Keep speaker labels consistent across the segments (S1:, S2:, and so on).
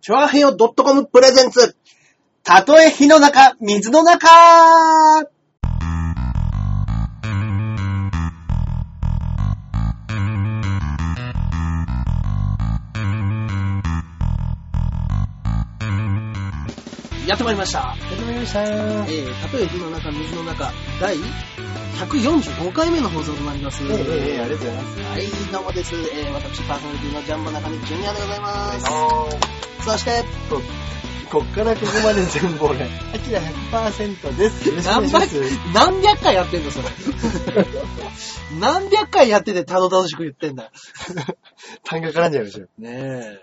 S1: チョアヘヨ .com プレゼンツ。たとえ火の中、水の中やってまいりました。
S2: 始まりました
S1: え
S2: ー。
S1: ー、たとえ火の中、水の中、第145回目の放送となります。
S2: えええありがとうございます。
S1: はい、どうもです。えー、私、パーソナリティのジャンボ中根ジュニアでございます。
S2: あ
S1: そして、
S2: ー、こっからここまで全部俺、アキラ100%です。よ ろしくお願
S1: 何
S2: いしま
S1: 百
S2: す。、
S1: 何百回やってん の、それ。何百回やってて、たどたどしく言ってんだ。
S2: 単価絡んじゃいましょう。
S1: ね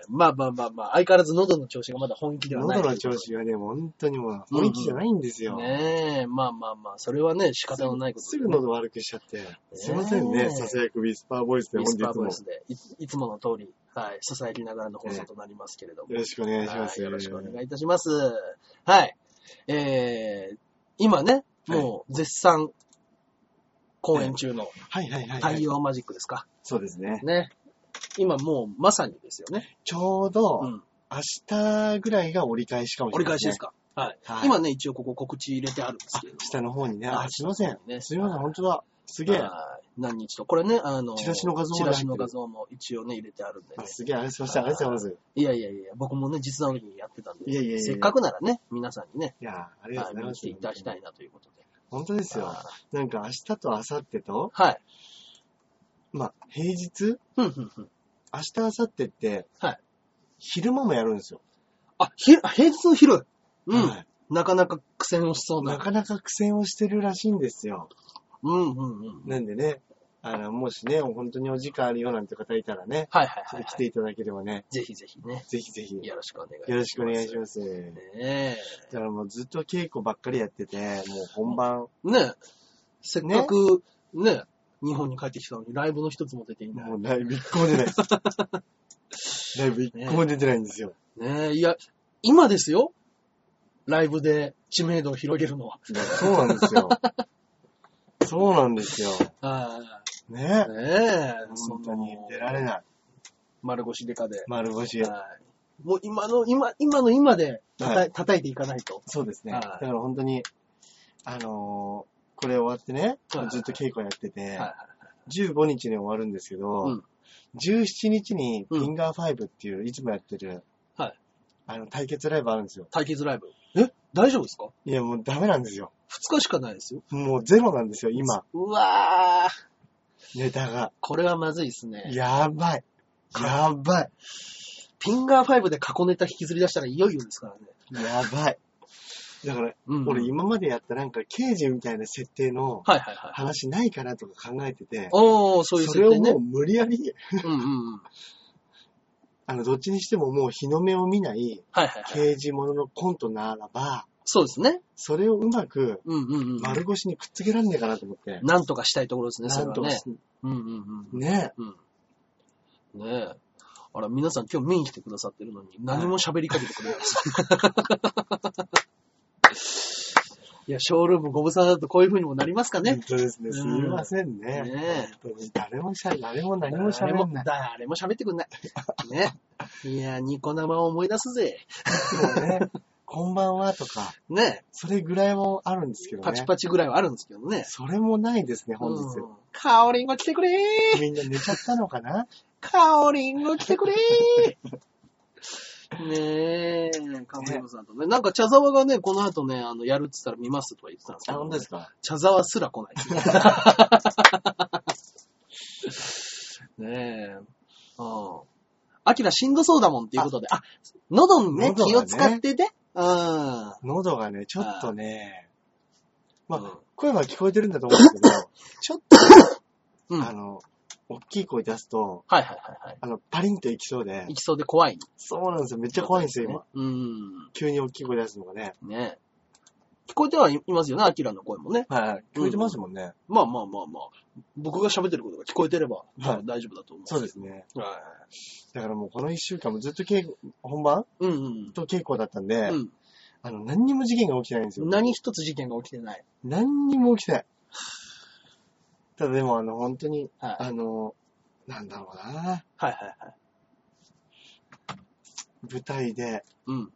S1: え。まあまあまあまあ、相変わらず喉の調子がまだ本気ではない。
S2: 喉の調子がね、もう本当にもう、本気じゃないんですよ。
S1: ねえ、まあまあまあ、それはね、仕方のないこと
S2: すぐ喉悪くしちゃって。すいません
S1: ね
S2: ね、ささやくウィスパーボイスで
S1: ミ
S2: 本
S1: ス
S2: 日
S1: パーボ
S2: も。
S1: イ
S2: よ
S1: スでい、いつもの通り、はい、支えながらの放送となりますけれども。
S2: ろしくお願いしま
S1: は
S2: す。
S1: い、よろしくお願いいたします。はい。えー、今ね、もう絶賛公演中の
S2: はいはいはいは
S1: 太
S2: い。
S1: 陽マジックですか。
S2: そうですね。
S1: ね。今もうまさにですよね。
S2: ちょう
S1: う
S2: ど、
S1: ん。
S2: 明日ぐらいが折り返しかもしれ
S1: 折り
S2: な
S1: 返
S2: い、
S1: しです。か。はい。
S2: はい
S1: 今ね、一応ここ告知入れてあるんですけれど。
S2: 下の方にね。
S1: あ
S2: あ、すいません。
S1: ね
S2: すいません、本当だ。すげえ。
S1: はい何日と。これね、あの、
S2: チラシの画像
S1: チ
S2: ま
S1: ラ
S2: で入ってる
S1: シの画像も一応ね、入れてあるんでね
S2: あ。すげえ、ありがとうございました。ありがとうございます。
S1: いやいやいや、僕もね、実談の時にやってたんで、
S2: いやいやいやいや
S1: せっかくならね、皆さんにね、
S2: いやーありが
S1: は
S2: と
S1: い、見
S2: うございま
S1: に来
S2: す。
S1: ていただきたいなということで。
S2: 本当ですよ。なんか明日と明後日と、
S1: はい。
S2: まあ、平日
S1: ふんふんふん。
S2: 明日、明後日って、
S1: はい
S2: 昼間もやるんですよ。
S1: あ、ひ、平日の広い。うん。
S2: はい
S1: なかなか苦戦をしそう
S2: な
S1: な。
S2: かなか苦戦をしてるらしいんですよ。
S1: うんうんうん。
S2: なんでね、あの、もしね、本当にお時間あるよなんて方いたらね、
S1: はいはい
S2: そ
S1: はい、
S2: れ来
S1: は
S2: ていただければね、
S1: い。ぜひぜひね、
S2: ぜひぜひ、よ
S1: よろしくお願いします。
S2: ろしくお願いし
S1: ま
S2: ます。だ
S1: す。ね
S2: からもうずっと稽古ばっかりやってて、もう本番、
S1: え。ねえ。せっかく、ね日本に帰ってきたのにライブの一つも出ていない。
S2: もうライブ一個も出な いです。ライブ一個も出てないんですよ。
S1: ねえ、いや、今ですよ。ライブで知名度を広げるのは。
S2: いやそうなんで すよ。そうなんですよ。
S1: あ
S2: ね
S1: あ、。ねえ、
S2: 本当に出
S1: ら
S2: られない。
S1: 丸腰デカで。
S2: 丸腰や。
S1: はいもう今の、今、今の今で叩,、、
S2: はい
S1: 叩いていかないと。
S2: そうですね。
S1: は
S2: だ
S1: い
S2: から本当に、あのーこれ終わってね
S1: はい、
S2: ずっと稽古やってて、
S1: はい
S2: 15日に終わるんですけど、
S1: うん
S2: 17日にフィンガー5っていう、いつもやってる、
S1: はい
S2: あの、対決ライブあるんですよ。
S1: 対決ライブ。え大丈夫ですか
S2: いや、もうダメなんですよ。
S1: 二日しかないですよ。
S2: もうゼロなんですよ、今、
S1: うわー、
S2: ネタが。
S1: これはまずいですね。
S2: やばい。やばい。
S1: ピンガー5で過去ネタ引きずり出したらいよいよですからね。
S2: やばい。だから、
S1: うん
S2: 俺今までやったなんか刑事みたいな設定の
S1: はいはいはい。
S2: 話ないかなとか考えてて、
S1: おー、そういう
S2: そ
S1: 設
S2: れを
S1: 定ね
S2: もう。無理やり、
S1: うんうんうん。
S2: あの、どっちにしてももう日の目を見ない
S1: はいはいはい。
S2: 刑事もののコントならば、
S1: そうですね。
S2: それをうまく
S1: うんうんうん。
S2: 丸腰にくっつけらんねえかなと思って。
S1: なんとかしたいところですね、そ
S2: な
S1: れ
S2: ん
S1: は
S2: とか
S1: ね
S2: し。
S1: うんうんうん。
S2: ね
S1: うん。ねえ。あら、皆さん今日見に来てくださってるのに、何も喋りかけてくれないです。 いや、ショールームご無沙汰だとこういう風にもなりますか
S2: え。
S1: ね
S2: 本。当ですね。すみません
S1: ね
S2: ね。
S1: え。
S2: 本当に誰もしゃ、誰も何も喋んない。
S1: 誰も喋ってくんない。ね。いや、ニコ生を思い出すぜ。
S2: そうね。こんばんはとか、
S1: ね。
S2: それぐらいもあるんですけどね。
S1: パチパチぐらいはあるんですけどね。
S2: それもないですね、本日。
S1: うんカオリンゴ来てくれー
S2: みんな寝ちゃったのかな
S1: カオリンゴ来てくれー ねえ、カオリンゴさんとね。なんか茶沢がね、この後ね、あの、やるって言ったら見ますとか言ってたんですけ
S2: あ、
S1: ど、
S2: 本当ですか
S1: 茶沢すら来ないです ね。ねえ。うん。アキラしんどそうだもんっていうことで。あ、喉にね、
S2: 喉がね
S1: 気を使ってね。うん。
S2: 喉がね、ちょっとね、まあ、
S1: うん
S2: 声は聞こえてるんだと思うんですけど、ちょっと、
S1: うん。は
S2: あ
S1: い
S2: の、大きい声出すと、
S1: はいはいはい。
S2: あの、パリンといきそうで
S1: 行、きそうで怖い。
S2: そうなんですよ。めっちゃ怖いんですよ、今。
S1: うん。
S2: 急に大きい声出すのがね。
S1: ねえ聞こえてはいますよね、アキラの声もね。
S2: はい。聞こえてますもんね。
S1: まあまあまあまあ。僕が喋ってることが聞こえてれば、
S2: はい
S1: 大丈夫だと思う。
S2: そうですね。
S1: はい。
S2: だからもうこの一週間もずっと稽古、本番
S1: うんうん。
S2: と稽古だったんで、
S1: うん、
S2: あの、何にも事件が起きてないんですよ。
S1: 何一つ事件が起きてない。
S2: 何にも起きてない。ただでもあの、本当に、
S1: はい。はい
S2: あの、なんだろうな。
S1: はいはい。
S2: 舞台で、
S1: うん。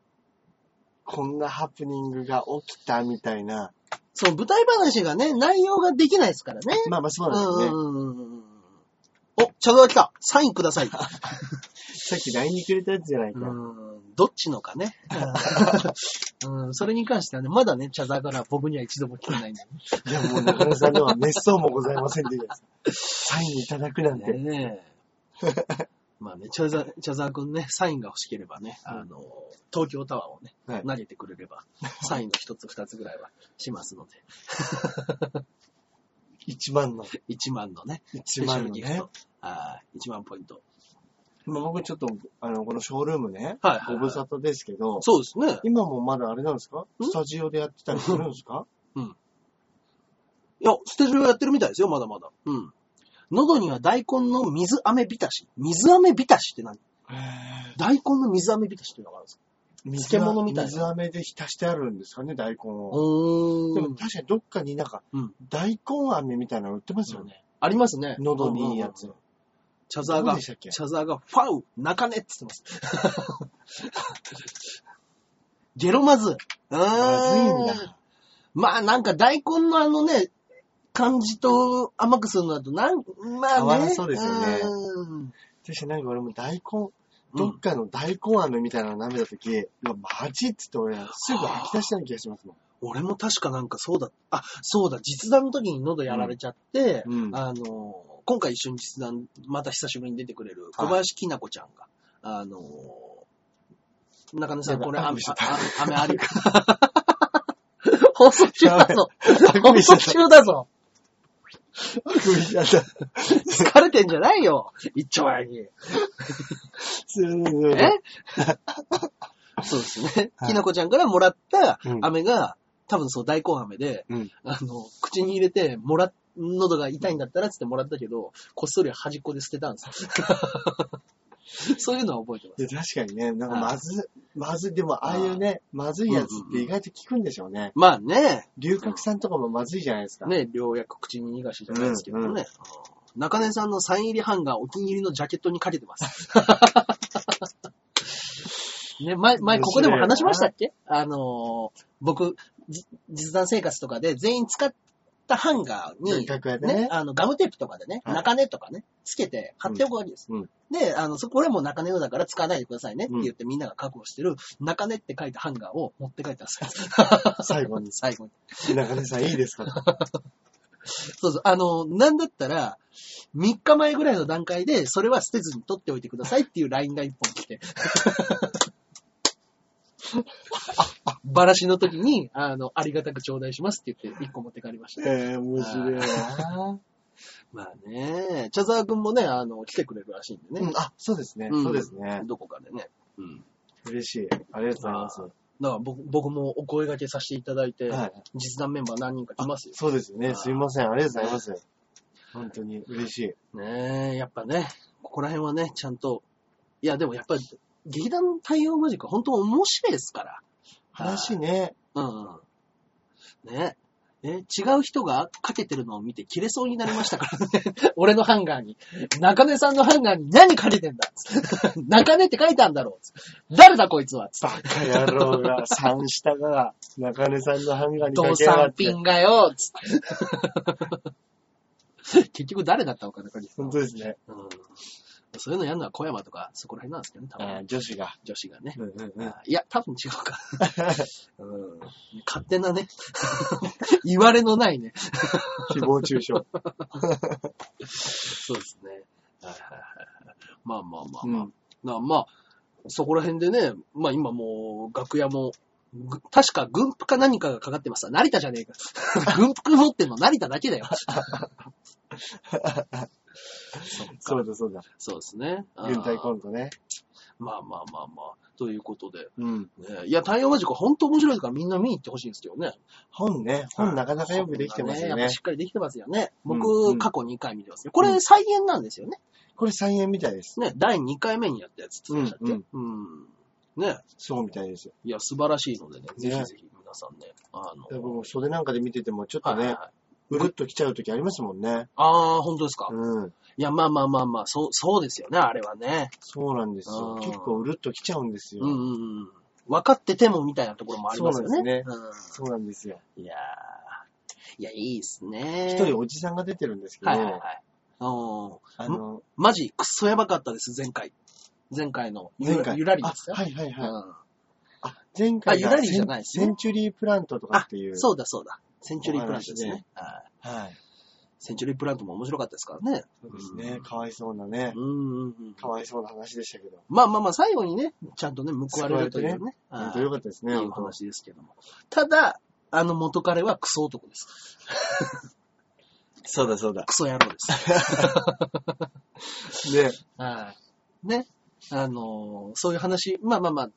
S2: こんなハプニングが起きたみたいな。
S1: そう、舞台話がね、内容ができないですからね。
S2: まあまあそううなんですよね。
S1: んうんうんうん。お、茶が来た。サインください。
S2: さっき LINE にくれたやつじゃないか。
S1: うんどっちのかね。 うん、それに関してはね、まだね、茶座から僕には一度も来てないんだ
S2: いやもう中野さんでは 滅相もございませんでした。サインいただくなん
S1: けど
S2: て。
S1: ね。 まあね、茶座、茶座くんね、サインが欲しければね、あの、東京タワーをね、
S2: はい
S1: 投げてくれれ ば、サインの一つ二つぐらいはしますので、
S2: 1万の。
S1: 1万のね、
S2: 1
S1: スペシャ
S2: 万の
S1: ルギ
S2: ね
S1: フ。ト。はい、1万ポイント。
S2: まあ僕ちょっと、あの、このショールームね、
S1: はいはいはい
S2: ご無沙汰ですけど、
S1: そうですね。
S2: 今もまだあれなんですか
S1: ん
S2: スタジオでやってたりするんで すか
S1: いや、ステジオやってるみたいですよ、まだまだ。うん。喉には大根の水飴浸し。水飴浸しって何
S2: へー
S1: 大根の水飴浸しっていうのがあるんですか
S2: 水は
S1: 漬物みたいな
S2: 水飴で浸してあるんですかね、大根を。
S1: お
S2: でも確かにどっかになんか
S1: うん、
S2: 大根飴みたいなの売ってますよね。
S1: ありますね。
S2: 喉にいいやつ
S1: うんうんうん。茶沢が、
S2: 何でしたっけ
S1: 茶沢が、ファウ泣かねって言ってます。 ゲロまずい。
S2: まずいん
S1: ま
S2: だ。
S1: まあなんか大根のあのね、感じと甘くするのだと、なん、ま
S2: 合
S1: あ
S2: わな
S1: ね。
S2: そうですよね
S1: うん
S2: 確かになんか俺も大根、
S1: う
S2: ど
S1: ん
S2: っかの大根飴みたいなの舐めたとき、うわマジっつって俺、すぐ吐き出したような気がしま すもん。
S1: 俺も確かなんかそうだ、あ、そうだ、実弾の時に喉やられちゃって、
S2: うんうん
S1: あの、今回一緒に実弾、また久しぶりに出てくれる小林きなこちゃんが、あの、中根さ
S2: や
S1: ん、
S2: ばい
S1: これ
S2: パン
S1: 雨
S2: クしちゃっ、
S1: ああ雨あ りか。放送中だぞ。
S2: パン
S1: 放
S2: クしちゃ
S1: 送
S2: った
S1: 中だぞ。
S2: やだ
S1: 疲れてんじゃないよ。一丁前に。
S2: すごい
S1: え そうですね。
S2: はい
S1: きなこちゃんからもらった
S2: うん
S1: 飴が、多分そう大根飴で、
S2: うん
S1: あの、口に入れて、もら、喉が痛いんだったらっつってもらったけど、こっそり端っこで捨てたんですよ。 そういうのは覚えてます。
S2: で確かにね、なんかまず、まずい、でもああいうね、まずいやつって意外と効くんでしょうね。
S1: まあね、
S2: 龍角散とかもまずいじゃないですか。
S1: ね、良薬口に逃がしじゃないですけどね。
S2: うんうん
S1: うん中根さんのサイン入りハンガーお気に入りのジャケットにかけてます。 ね、前、前ここでも話しましたっけあのー僕、じ実弾生活とかで全員使ったハンガーに、
S2: 楽屋で
S1: ね
S2: ね、。
S1: あの、ガムテープとかでね、
S2: はい
S1: 中根とかね、つけて貼っておくわけです。
S2: うん
S1: で、あの、そこれはもう中根のだから使わないでくださいねって言ってみんなが確保してる、中根って書いたハンガーを持って帰ったんですよ。
S2: 最後に、
S1: 最後に。
S2: 中根さんいいですかと
S1: そうそう。あの、なんだったら、3日前ぐらいの段階で、それは捨てずに取っておいてくださいっていう LINE が1本来 て。バラシの時に、あの、ありがたく頂戴しますって言って1個持って帰りました。
S2: えー、面白いな
S1: まあね、茶沢くんもね、あの、来てくれるらしいんで
S2: う
S1: ね
S2: ん。あ、そうですね、
S1: うん
S2: そうですね。
S1: どこかでね。うん。
S2: 嬉しい。ありがとうございます。
S1: だから僕僕もお声掛けさせていただいて、
S2: はい。
S1: 実弾メンバー何人か来ますよ。
S2: そうです
S1: あ
S2: ね。
S1: ー
S2: すいません。ありがとうございます。本当に嬉しい。
S1: ねえ、やっぱね、ここら辺はね、ちゃんと、いや、でもやっぱり、劇団対応マジックは本当面白いですから。
S2: 話ね。
S1: うんうん。ねえ。え、違う人がかけてるのを見て切れそうになりましたからね。 俺のハンガーに。中根さんのハンガーに何かけてんだ 中根って書いたんだろう誰だこいつは
S2: バカ野 郎が、三下が、中根さんのハンガーにか
S1: 動
S2: けやが
S1: 産
S2: って。
S1: 品がよつって 結局誰だったのかな、これ。
S2: 本当ですね。
S1: うんそういうのやるのは小山とか、そこら辺なんですけどね、多分、
S2: あー女子が。
S1: 女子がね。
S2: うんうんうん。
S1: いや、多分違う か。うん勝手なね。 言われのないね。
S2: 誹謗中傷。
S1: そうですね。はいはいはいまあまあまあ
S2: う
S1: まあ。
S2: ん。
S1: なまあ、そこら辺でね、まあ今もう、楽屋も、ぐ確か軍服か何かがかかってますわ成田じゃ ねえか。軍服持ってんの成田だけだよ。
S2: そうだそうだ。
S1: そうですね。
S2: 軍隊コ
S1: あー
S2: ントね。
S1: まあまあまあまあ。ということで。
S2: うん。
S1: ねいや、太陽マジックは本当面白いからみんな見に行ってほしいんですけどね。
S2: 本ね。本なかなかよくできてますよ
S1: やっ
S2: ね
S1: ぱし。っかりできてますよね。僕、
S2: うんうん
S1: 過去2回見てますけど、これ再現なんですよね。
S2: これ再演みたいです。
S1: ね、第2回目にやったやつつったっけ、
S2: う
S1: うんん、ね、
S2: そうみたいですよ。
S1: いや、素晴らしいのでね、
S2: ね
S1: ぜひぜひ皆さんね、あの、
S2: 僕も袖なんかで見ててもちょっと
S1: はいはい
S2: ね、
S1: はい。
S2: うるっと来ちゃう時ありますもんね。
S1: あー、本当ですか。
S2: うん。
S1: いや、まあまあまあまあ、そう、そうですよね、あれはね。
S2: そうなんです
S1: う。
S2: よ
S1: ん
S2: 結構うるっときちゃうんですよ。
S1: うんうんうん。分かっててもみたいなところもありますよね。
S2: そうなん
S1: すね。
S2: そうなんですよ。
S1: いやーいや、いいっすね。
S2: 一人おじさんが出てるんですけど、
S1: はいはいはい。うん
S2: あの、
S1: マジ、くっそやばかったです、前回。前回の。ゆ
S2: 前回。
S1: ゆらりです
S2: あ
S1: よ。
S2: はいはいはい。
S1: うん
S2: あ、前回が
S1: あゆらりじゃないですね
S2: センセンチュリープラントとか
S1: あ
S2: ってい、う。
S1: そうだそうだ。センチュリープラントです
S2: お
S1: ね
S2: 話。
S1: はい
S2: はい。
S1: センチュリープラントも面白かったですからね。
S2: そうですね。かわいそうなね。
S1: うんうんうん。
S2: かわいそうな話でしたけど。
S1: まあまあまあ、最後にね、ちゃんとね、報われるというね。
S2: 本
S1: は
S2: 当よかったです
S1: い
S2: ね、
S1: いい
S2: 本当。
S1: 話ですけども。ただ、あの元彼はクソ男です。
S2: そうだそうだ。
S1: クソ野郎です。
S2: ね。
S1: はい。ね。あのーそういう話、まあまあまあ、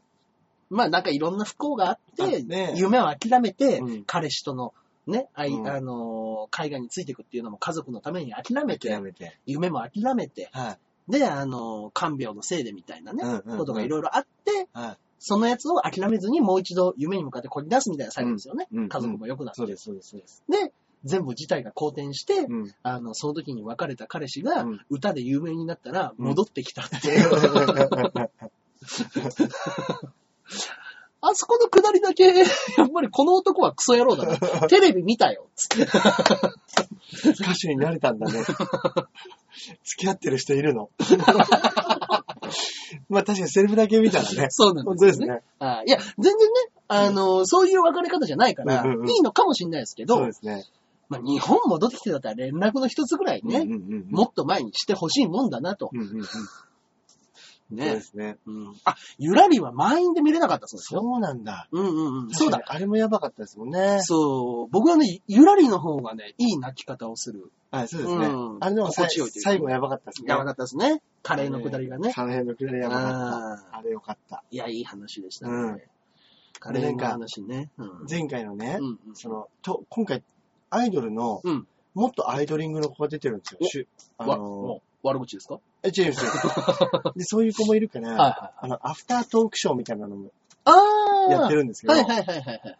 S1: まあなんかいろんな不幸があって、
S2: あね
S1: 夢を諦めて、
S2: うん
S1: 彼氏とのね、あい
S2: うん
S1: あのー海外についていくっていうのも家族のために諦めて
S2: や、めて。
S1: 夢も諦めて、
S2: はい。
S1: で、あのー看病のせいでみたいなね、
S2: うんうんうん
S1: ことがいろいろあって、
S2: はい。
S1: そのやつを諦めずにもう一度夢に向かってこぎ出すみたいな最後ですよね。
S2: うんうん
S1: 家族も良くなって。
S2: そうです、そうです、そうです。
S1: で、全部事態が好転して、
S2: うん。
S1: あの、その時に別れた彼氏が
S2: うん
S1: 歌で有名になったら
S2: うん
S1: 戻ってきたっていう。あそこの下りだけ、 やっぱりこの男はクソ野郎だ な。テレビ見たよ。つって。
S2: 歌手になれたんだ ね。付き合ってる人いるの。 まあ確かにセリフだけ見たらね。
S1: そうなん
S2: 本
S1: で
S2: 当
S1: す
S2: で
S1: よね。
S2: すね。
S1: あいや、全然ね、あの、そういう別れ方じゃないから、
S2: うんうんうん
S1: いいのかもしれないですけ
S2: そう
S1: ど
S2: で、すね。
S1: まあ、日本戻ってきてだったら連絡の一つぐらいね、
S2: うんうんうん。
S1: もっと前にしてほしいもんだなと。
S2: うんうんうん。そうで
S1: ね。
S2: すね。
S1: うんあ、ゆらりは満員で見れなかったそうですよ。
S2: そうなんだ。
S1: うんうんうん。そうだ
S2: 確。かにあれもやばかったですもんね。
S1: そう。僕はね、ゆらりの方がね、いい泣き方をする。
S2: はい、そうですね
S1: うん。
S2: あれでもさ
S1: 心地よいというか
S2: 最後やばかったですね。
S1: やばかったですね。カレーのくだりがね。
S2: カレーのくだりやばかっ
S1: あー
S2: た。あれよかった。
S1: いや、いい話でした
S2: うん
S1: ね。カレーの話ね。うん
S2: 前回のね
S1: う、ん
S2: その、と、今回、アイドルの
S1: うん、
S2: もっとアイドリングの子が出てるんですよ
S1: お
S2: しゅ。あ
S1: わ、
S2: の
S1: もう、悪口ですかは
S2: ー、え、違います。 で、そういう子もいるか
S1: いはい
S2: ら、
S1: はい。
S2: あの、アフタートークショーみたいなのも
S1: あー
S2: やってるんですけど
S1: は、いはいはいはいはい。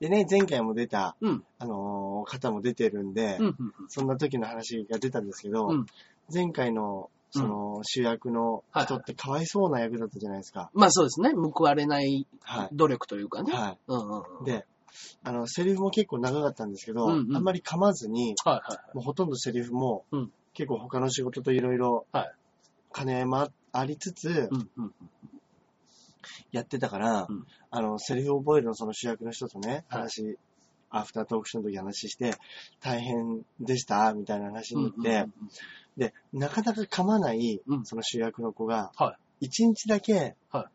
S2: でね、前回も出た、
S1: うん。
S2: あのー、方も出てるんで
S1: うん、うんうん。
S2: そんな時の話が出たんですけど
S1: うん、
S2: 前回の、その、主役の人ってかわいそうな役だったじゃないですか。
S1: まあそうですね。報われない
S2: は
S1: 努力というか
S2: い。
S1: ね。
S2: はい。
S1: うんうんうん。はい
S2: で、あの、セリフも結構長かったんですけど、
S1: うんうん
S2: あんまり噛まずに、
S1: はい。
S2: もうほとんどセリフも、
S1: うん
S2: 結構他の仕事といろいろ
S1: はい、
S2: 兼ね合いもあありつつ、
S1: うんうん。
S2: やってたから、
S1: うん
S2: あの、セリフを覚えるのその主役の人とね、
S1: はい
S2: 話、アフタートークショーの時話して、大変でした、みたいな話になって、
S1: うんうんうん
S2: で、なかなか噛まない、
S1: うん
S2: その主役の子が、
S1: は
S2: 一日だけ、
S1: は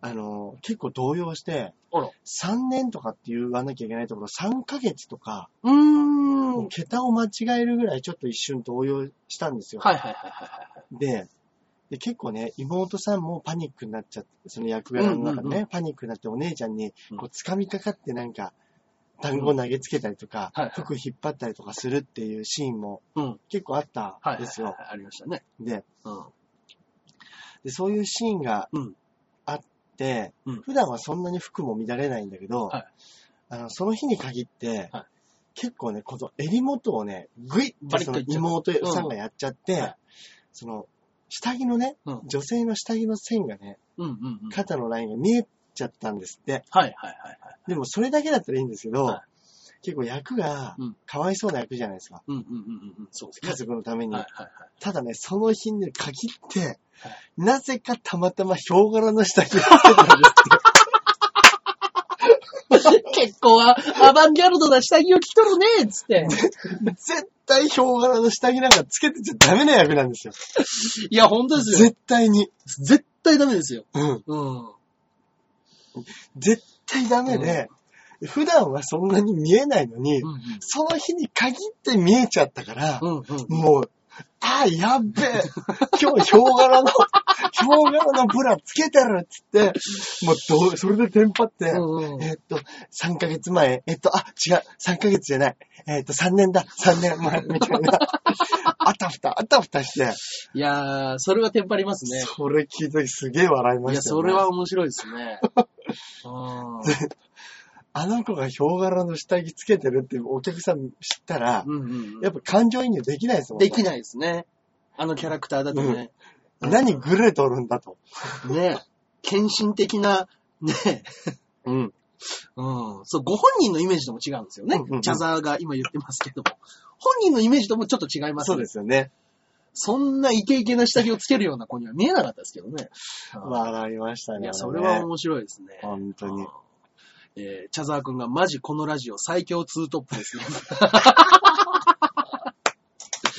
S2: あの、結構動揺して、
S1: あら
S2: 3年とかって言わなきゃいけないところ、3ヶ月とか、
S1: うーん。
S2: もう桁を間違えるぐらいちょっと一瞬動揺したんですよ。
S1: はいはいはいはいはい。
S2: でで、結構ね、妹さんもパニックになっちゃって、その役柄の中
S1: う
S2: でね、
S1: んうんう
S2: パニックになってお姉ちゃんに
S1: うん
S2: こう掴みかかってなんか、団子投げつけたりとか、
S1: はいはい
S2: 服引っ張ったりとかするっていうシーンも
S1: うん。
S2: 結構あった
S1: はいは
S2: ん
S1: い
S2: で
S1: は
S2: す
S1: い
S2: よ。
S1: はい。ありましたね。
S2: で
S1: うん。
S2: で、そういうシーンが
S1: うん
S2: あって、
S1: うん
S2: 普段はそんなに服も乱れないんだけど、
S1: はい
S2: あのその日に限って、
S1: はい
S2: 結構ね、この襟元をね、ぐいっ
S1: バリッ
S2: て
S1: と
S2: その
S1: いっちゃう
S2: 妹さんがやっちゃって、
S1: んはい
S2: その、下着のね、
S1: うん
S2: 女性の下着の線がね、
S1: うんうんうん。はい
S2: 肩のラインが見えちゃったんですって。
S1: はいはいはい。
S2: でもそれだけだったらいいんですけど、
S1: は
S2: 結構役が
S1: うん、
S2: かわいそうな役じゃないですか。
S1: うんうんうんうんうん。そうですね
S2: 家。族のために。
S1: はいはいはい。
S2: ただね、その日に限って
S1: はい、
S2: なぜかたまたまヒョウ柄の下着を着てたんですって。
S1: 結構は、アバンギャルドな下着を着とるねっつって。
S2: 絶対ヒョウ柄の下着なんかつけてちゃダメな役なんですよ。
S1: いや、本当ですよ。
S2: 絶対に。
S1: 絶対ダメですよ。
S2: うん。
S1: うん。
S2: 絶対ダメで、普段はそんなに見えないのに、
S1: うん
S2: その日に限って見えちゃったから、
S1: うん。うん
S2: もう、ああ、やっべえ今日、ヒョウ柄の、 ヒョウ柄のブラつけてるっつって、もうどう、それでテンパって、
S1: うんうん
S2: えーっと、3ヶ月前、えーっと、あ、違う、3ヶ月じゃない、えーっと、3年だ、3年前、みた いな、あたふた、あたふたして、
S1: いやー、それはテンパりますね。
S2: それ聞いた時すげえ笑いま
S1: いや、
S2: したよ
S1: そ
S2: ね、
S1: れは面白いですね。うん。
S2: あの子がヒョウ柄の下着つけてるってお客さん知ったら、
S1: うんうんうん。
S2: やっぱ感情移入できないですもん
S1: できないですね。あのキャラクターだとね。
S2: 何グレー取るんだと。
S1: ね献身的な、ね
S2: うん。
S1: うん。そう、ご本人のイメージとも違うんですよね
S2: うんうんう。ん
S1: 茶沢が今言ってますけども。本人のイメージともちょっと違います。
S2: そうですすよね。
S1: そんなイケイケな下着をつけるような子には見えなかったですけどね。
S2: 笑いましたね。
S1: いや、それ
S2: あ
S1: は
S2: ね
S1: 面白いですね。
S2: 本当に。
S1: うん。えー、茶沢くんがマジこのラジオ最強ツートップ です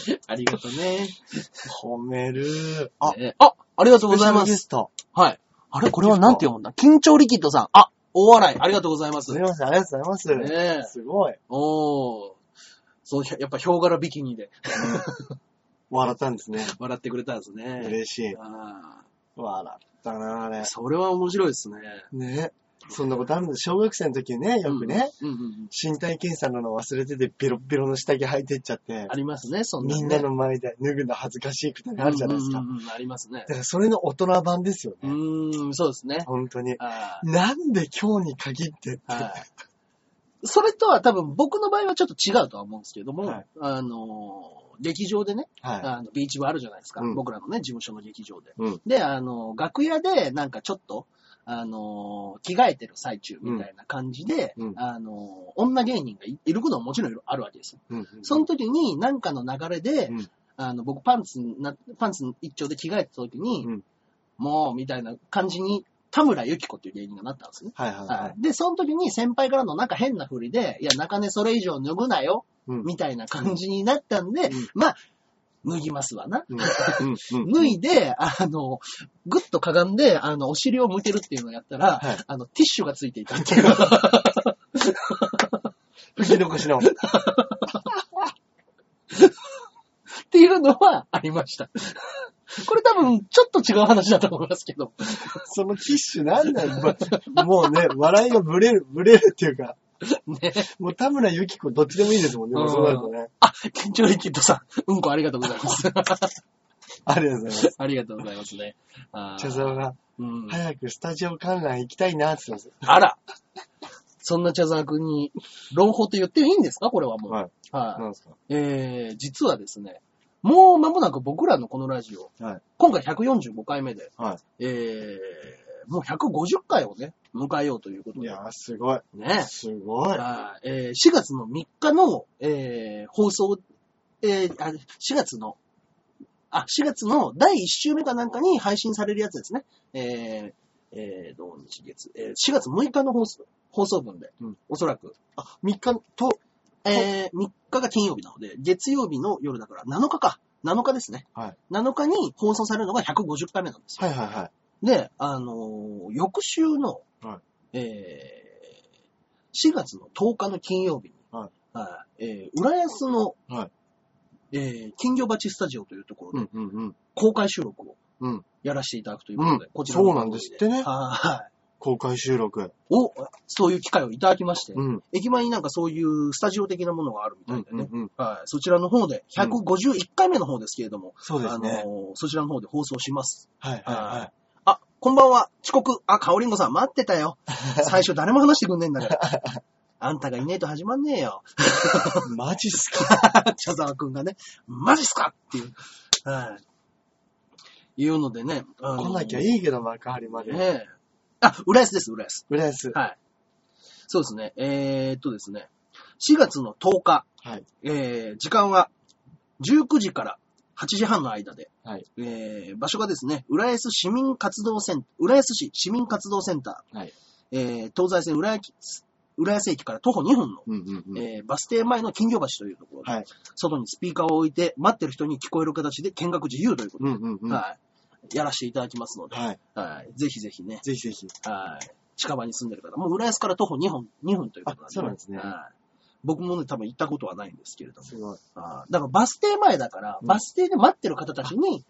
S1: ね。ありがとうね。
S2: 褒める。あ、
S1: えーあ、ありがとうございま
S2: ゲ
S1: す。
S2: スト。
S1: はい。あれこれはなんて読むんだ緊張リキッドさん。あ、大笑い。ありがとうございますす。
S2: み
S1: ね
S2: ません、ありがとうございます。
S1: え。
S2: すごい。
S1: おー。そう、やっぱヒョウ柄ビキニで
S2: 笑ったんですね。
S1: 笑ってくれたんですね。
S2: 嬉しい。
S1: あ
S2: 笑ったな、あれ
S1: ー。それは面白いですね。
S2: ね。そんなことあるんです。小学生の時ね、よくね、
S1: うんうんうん。
S2: 身体検査なの忘れてて、ピロッピロの下着履いてっちゃって
S1: あ、りますね、そんな
S2: みんなの前で脱ぐの恥ずかしいくてあるじゃないですか。
S1: うんうんうんありますね
S2: だ。からそれの大人版ですよ
S1: う
S2: ね。
S1: ーん、そうですね。
S2: 本当に。
S1: あ
S2: なんで今日に限ってって。
S1: ーはい。それとは多分僕の場合はちょっと違うとは思うんですけども、
S2: はい
S1: あのー、劇場でね、
S2: は
S1: あのビーチ部あるじゃないですか、
S2: うん
S1: 僕らのね、事務所の劇場で。
S2: うん
S1: で、あの、楽屋で、なんかちょっと、あの、着替えてる最中みたいな感じで、
S2: うん
S1: あの、女芸人がいいることはもちろんあるわけですよ。
S2: い。うん
S1: その時に、なんかの流れで、
S2: うん
S1: あの、僕パンツな、パンツ一丁で着替えた時に、
S2: うん
S1: もう、みたいな感じに、田村由紀子っていう芸人がなったんですね。
S2: はいはいはい。
S1: で、その時に先輩からのなんか変な振りで、いや、中根それ以上脱ぐなよ、
S2: うん
S1: みたいな感じになったんで、
S2: うん
S1: まあ、脱ぎますわな。
S2: うんうんうん
S1: 脱いで、あの、ぐっとかがんで、あの、お尻を向けるっていうのをやったら、
S2: はい
S1: あの、ティッシュがついていたっていう。
S2: 吹き残しの。
S1: っていうのはありました。これ多分、ちょっと違う話だと思いますけど。
S2: そのティッシュなんだよ。もうね、笑いがブレる、ブレるっていうか、
S1: ね。
S2: もう田村由紀子どっちでもいいですもんね。
S1: うん
S2: そうなるとね。
S1: あ、緊張リキッドさん、うんこありがとうござい ます。
S2: ありがとうございます。
S1: ありがとうございますね。あー
S2: 茶沢が、
S1: うん、
S2: 早くスタジオ観覧行きたいなって言ってます。
S1: あら。そんな茶沢くんに、朗報と言っていいんですかこれはもう。
S2: はい。
S1: はい
S2: なんですか
S1: えー、実はですね、もう間もなく僕らのこのラジオ、
S2: はい
S1: 今回145回目で、
S2: は
S1: えー、もう150回をね、迎えようということ
S2: い
S1: で、
S2: やー、すごい。
S1: ね、
S2: すごい。
S1: はいえー4月の3日の、えー放送、えーあ4月の、あ、4月の第1週目かなんかに配信されるやつですね。えー、えー、土日月、えー4月6日の放送放送分で、
S2: うん
S1: おそらく、
S2: あ、3日と、
S1: えー、3日が金曜日なので、月曜日の夜だから7日か。7日ですね。
S2: はい
S1: 7日に放送されるのが150回目なんですよ。
S2: はいはいはい。
S1: で、あのー翌週の、
S2: は
S1: えー4月の10日の金曜日に、
S2: は
S1: はいえー浦安の、
S2: は
S1: えー金魚鉢スタジオというところで
S2: んうんうん。
S1: 公開収録を
S2: うん
S1: やらせていただくということで、
S2: うん
S1: こちらの
S2: そうなんですってね
S1: はい。
S2: 公開収録。
S1: を、そういう機会をいただきまして、
S2: うん。
S1: 駅前になんかそういうスタジオ的なものがあるみたいでね、
S2: うん。
S1: はい、そちらの方で、151回目の方ですけれども、
S2: そうです
S1: あ
S2: ね。
S1: の、そちらの方で放送します。
S2: はいはいは
S1: あ、こんばんは、遅刻。あ、かおりんごさん、待ってた よ。最初誰も話してくんねえんだから。あんたがいねえと始まんねえ よ。
S2: い。マジっすか
S1: 茶沢くんがね、マジっすかっていう。はい。いうのでね。あの
S2: 来なきゃいいけど、幕張まで。
S1: ねえ。あ、浦安です、浦安。
S2: 浦安。
S1: はい。そうですね。えー、っとですね。4月の10日。
S2: はい。
S1: えー時間は19時から8時半の間で、
S2: はい
S1: えー場所がですね、浦安市民活動センター、浦安市市民活動センター、
S2: はい
S1: えー東西線浦安浦安駅から徒歩2分の、
S2: うんうんうん。
S1: えーバス停前の金魚橋というところで、
S2: はい。
S1: 外にスピーカーを置いて待ってる人に聞こえる形で見学自由ということ
S2: う
S1: で、
S2: んうんうん。は
S1: はい、やらせていただきますので、
S2: い。
S1: はい、ぜひぜひね、
S2: ぜひぜひ。
S1: はい。近場に住んでる方、もう浦安から徒歩2分、2分ということなんで、
S2: あそうなんですね
S1: はい。僕もね、多分行ったことはないんですけれども。
S2: すごい。
S1: あーだからバス停前だから、
S2: うん
S1: バス停で待ってる方たちに、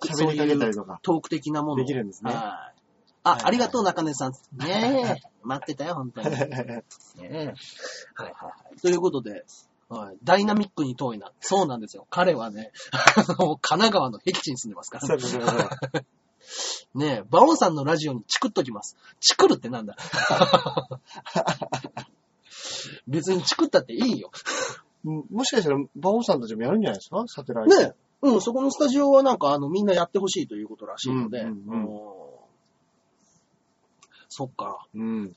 S2: 喋りかけたりとか。
S1: トーク的なものを
S2: できるんですね
S1: はいあ、
S2: はい
S1: ありがとう、中根さん。ねえ。待ってたよ、本当 に。ねえ。はいはいはい。ということで、はい、ダイナミックに遠いな。そうなんですよ。彼はね、あの、神奈川の僻地に住んでますから。
S2: そうそうそう。
S1: ねえ、馬王さんのラジオにチクっときます。チクるってなんだ 別にチクったっていいよ。
S2: うん もしかしたら、バオさんたちもやるんじゃないですかサテライト。
S1: ねうん、そこのスタジオはなんか、あの、みんなやってほしいということらしいので、
S2: うんうんうん
S1: もうそっか。
S2: うん。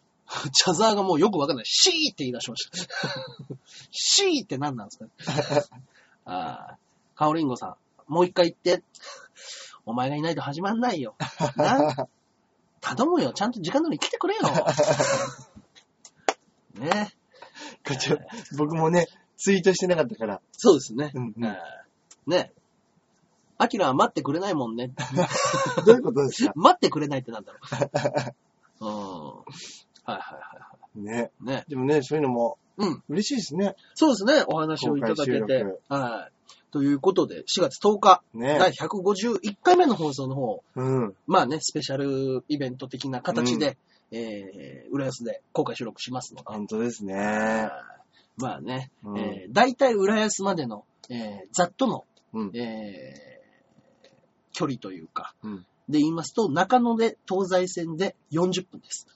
S1: チャザーがもうよくわかんない。シーって言い出しました。シーって何なんですかね。ああ、カオリンゴさん、もう一回言って。お前がいないと始まんないよ。な頼むよ。ちゃんと時間通り来てくれよ。ね
S2: こっち僕もね、ツイートしてなかったから。
S1: そうですね。
S2: うんうん
S1: ねねアキラは待ってくれないもんね。
S2: どういうことですか
S1: 待ってくれないってなんだろう。うん。はいはいはいは
S2: ね。
S1: い。ね。
S2: でもね、そういうのも
S1: うん。
S2: 嬉しいですね。
S1: そうですね。お話をいただけ
S2: 公開
S1: て
S2: 収録。
S1: はい。ということで、4月10日、
S2: ね。
S1: 第151回目の放送の方、
S2: うん。
S1: まあね、スペシャルイベント的な形で、えー、浦安で公開収録しますので。
S2: 本当ですね。
S1: まあね、
S2: うん
S1: えー、大体浦安までの、えー、ざっとの、
S2: うん。
S1: えー、距離というか、
S2: うん
S1: で言いますと、中野で東西線で40分です。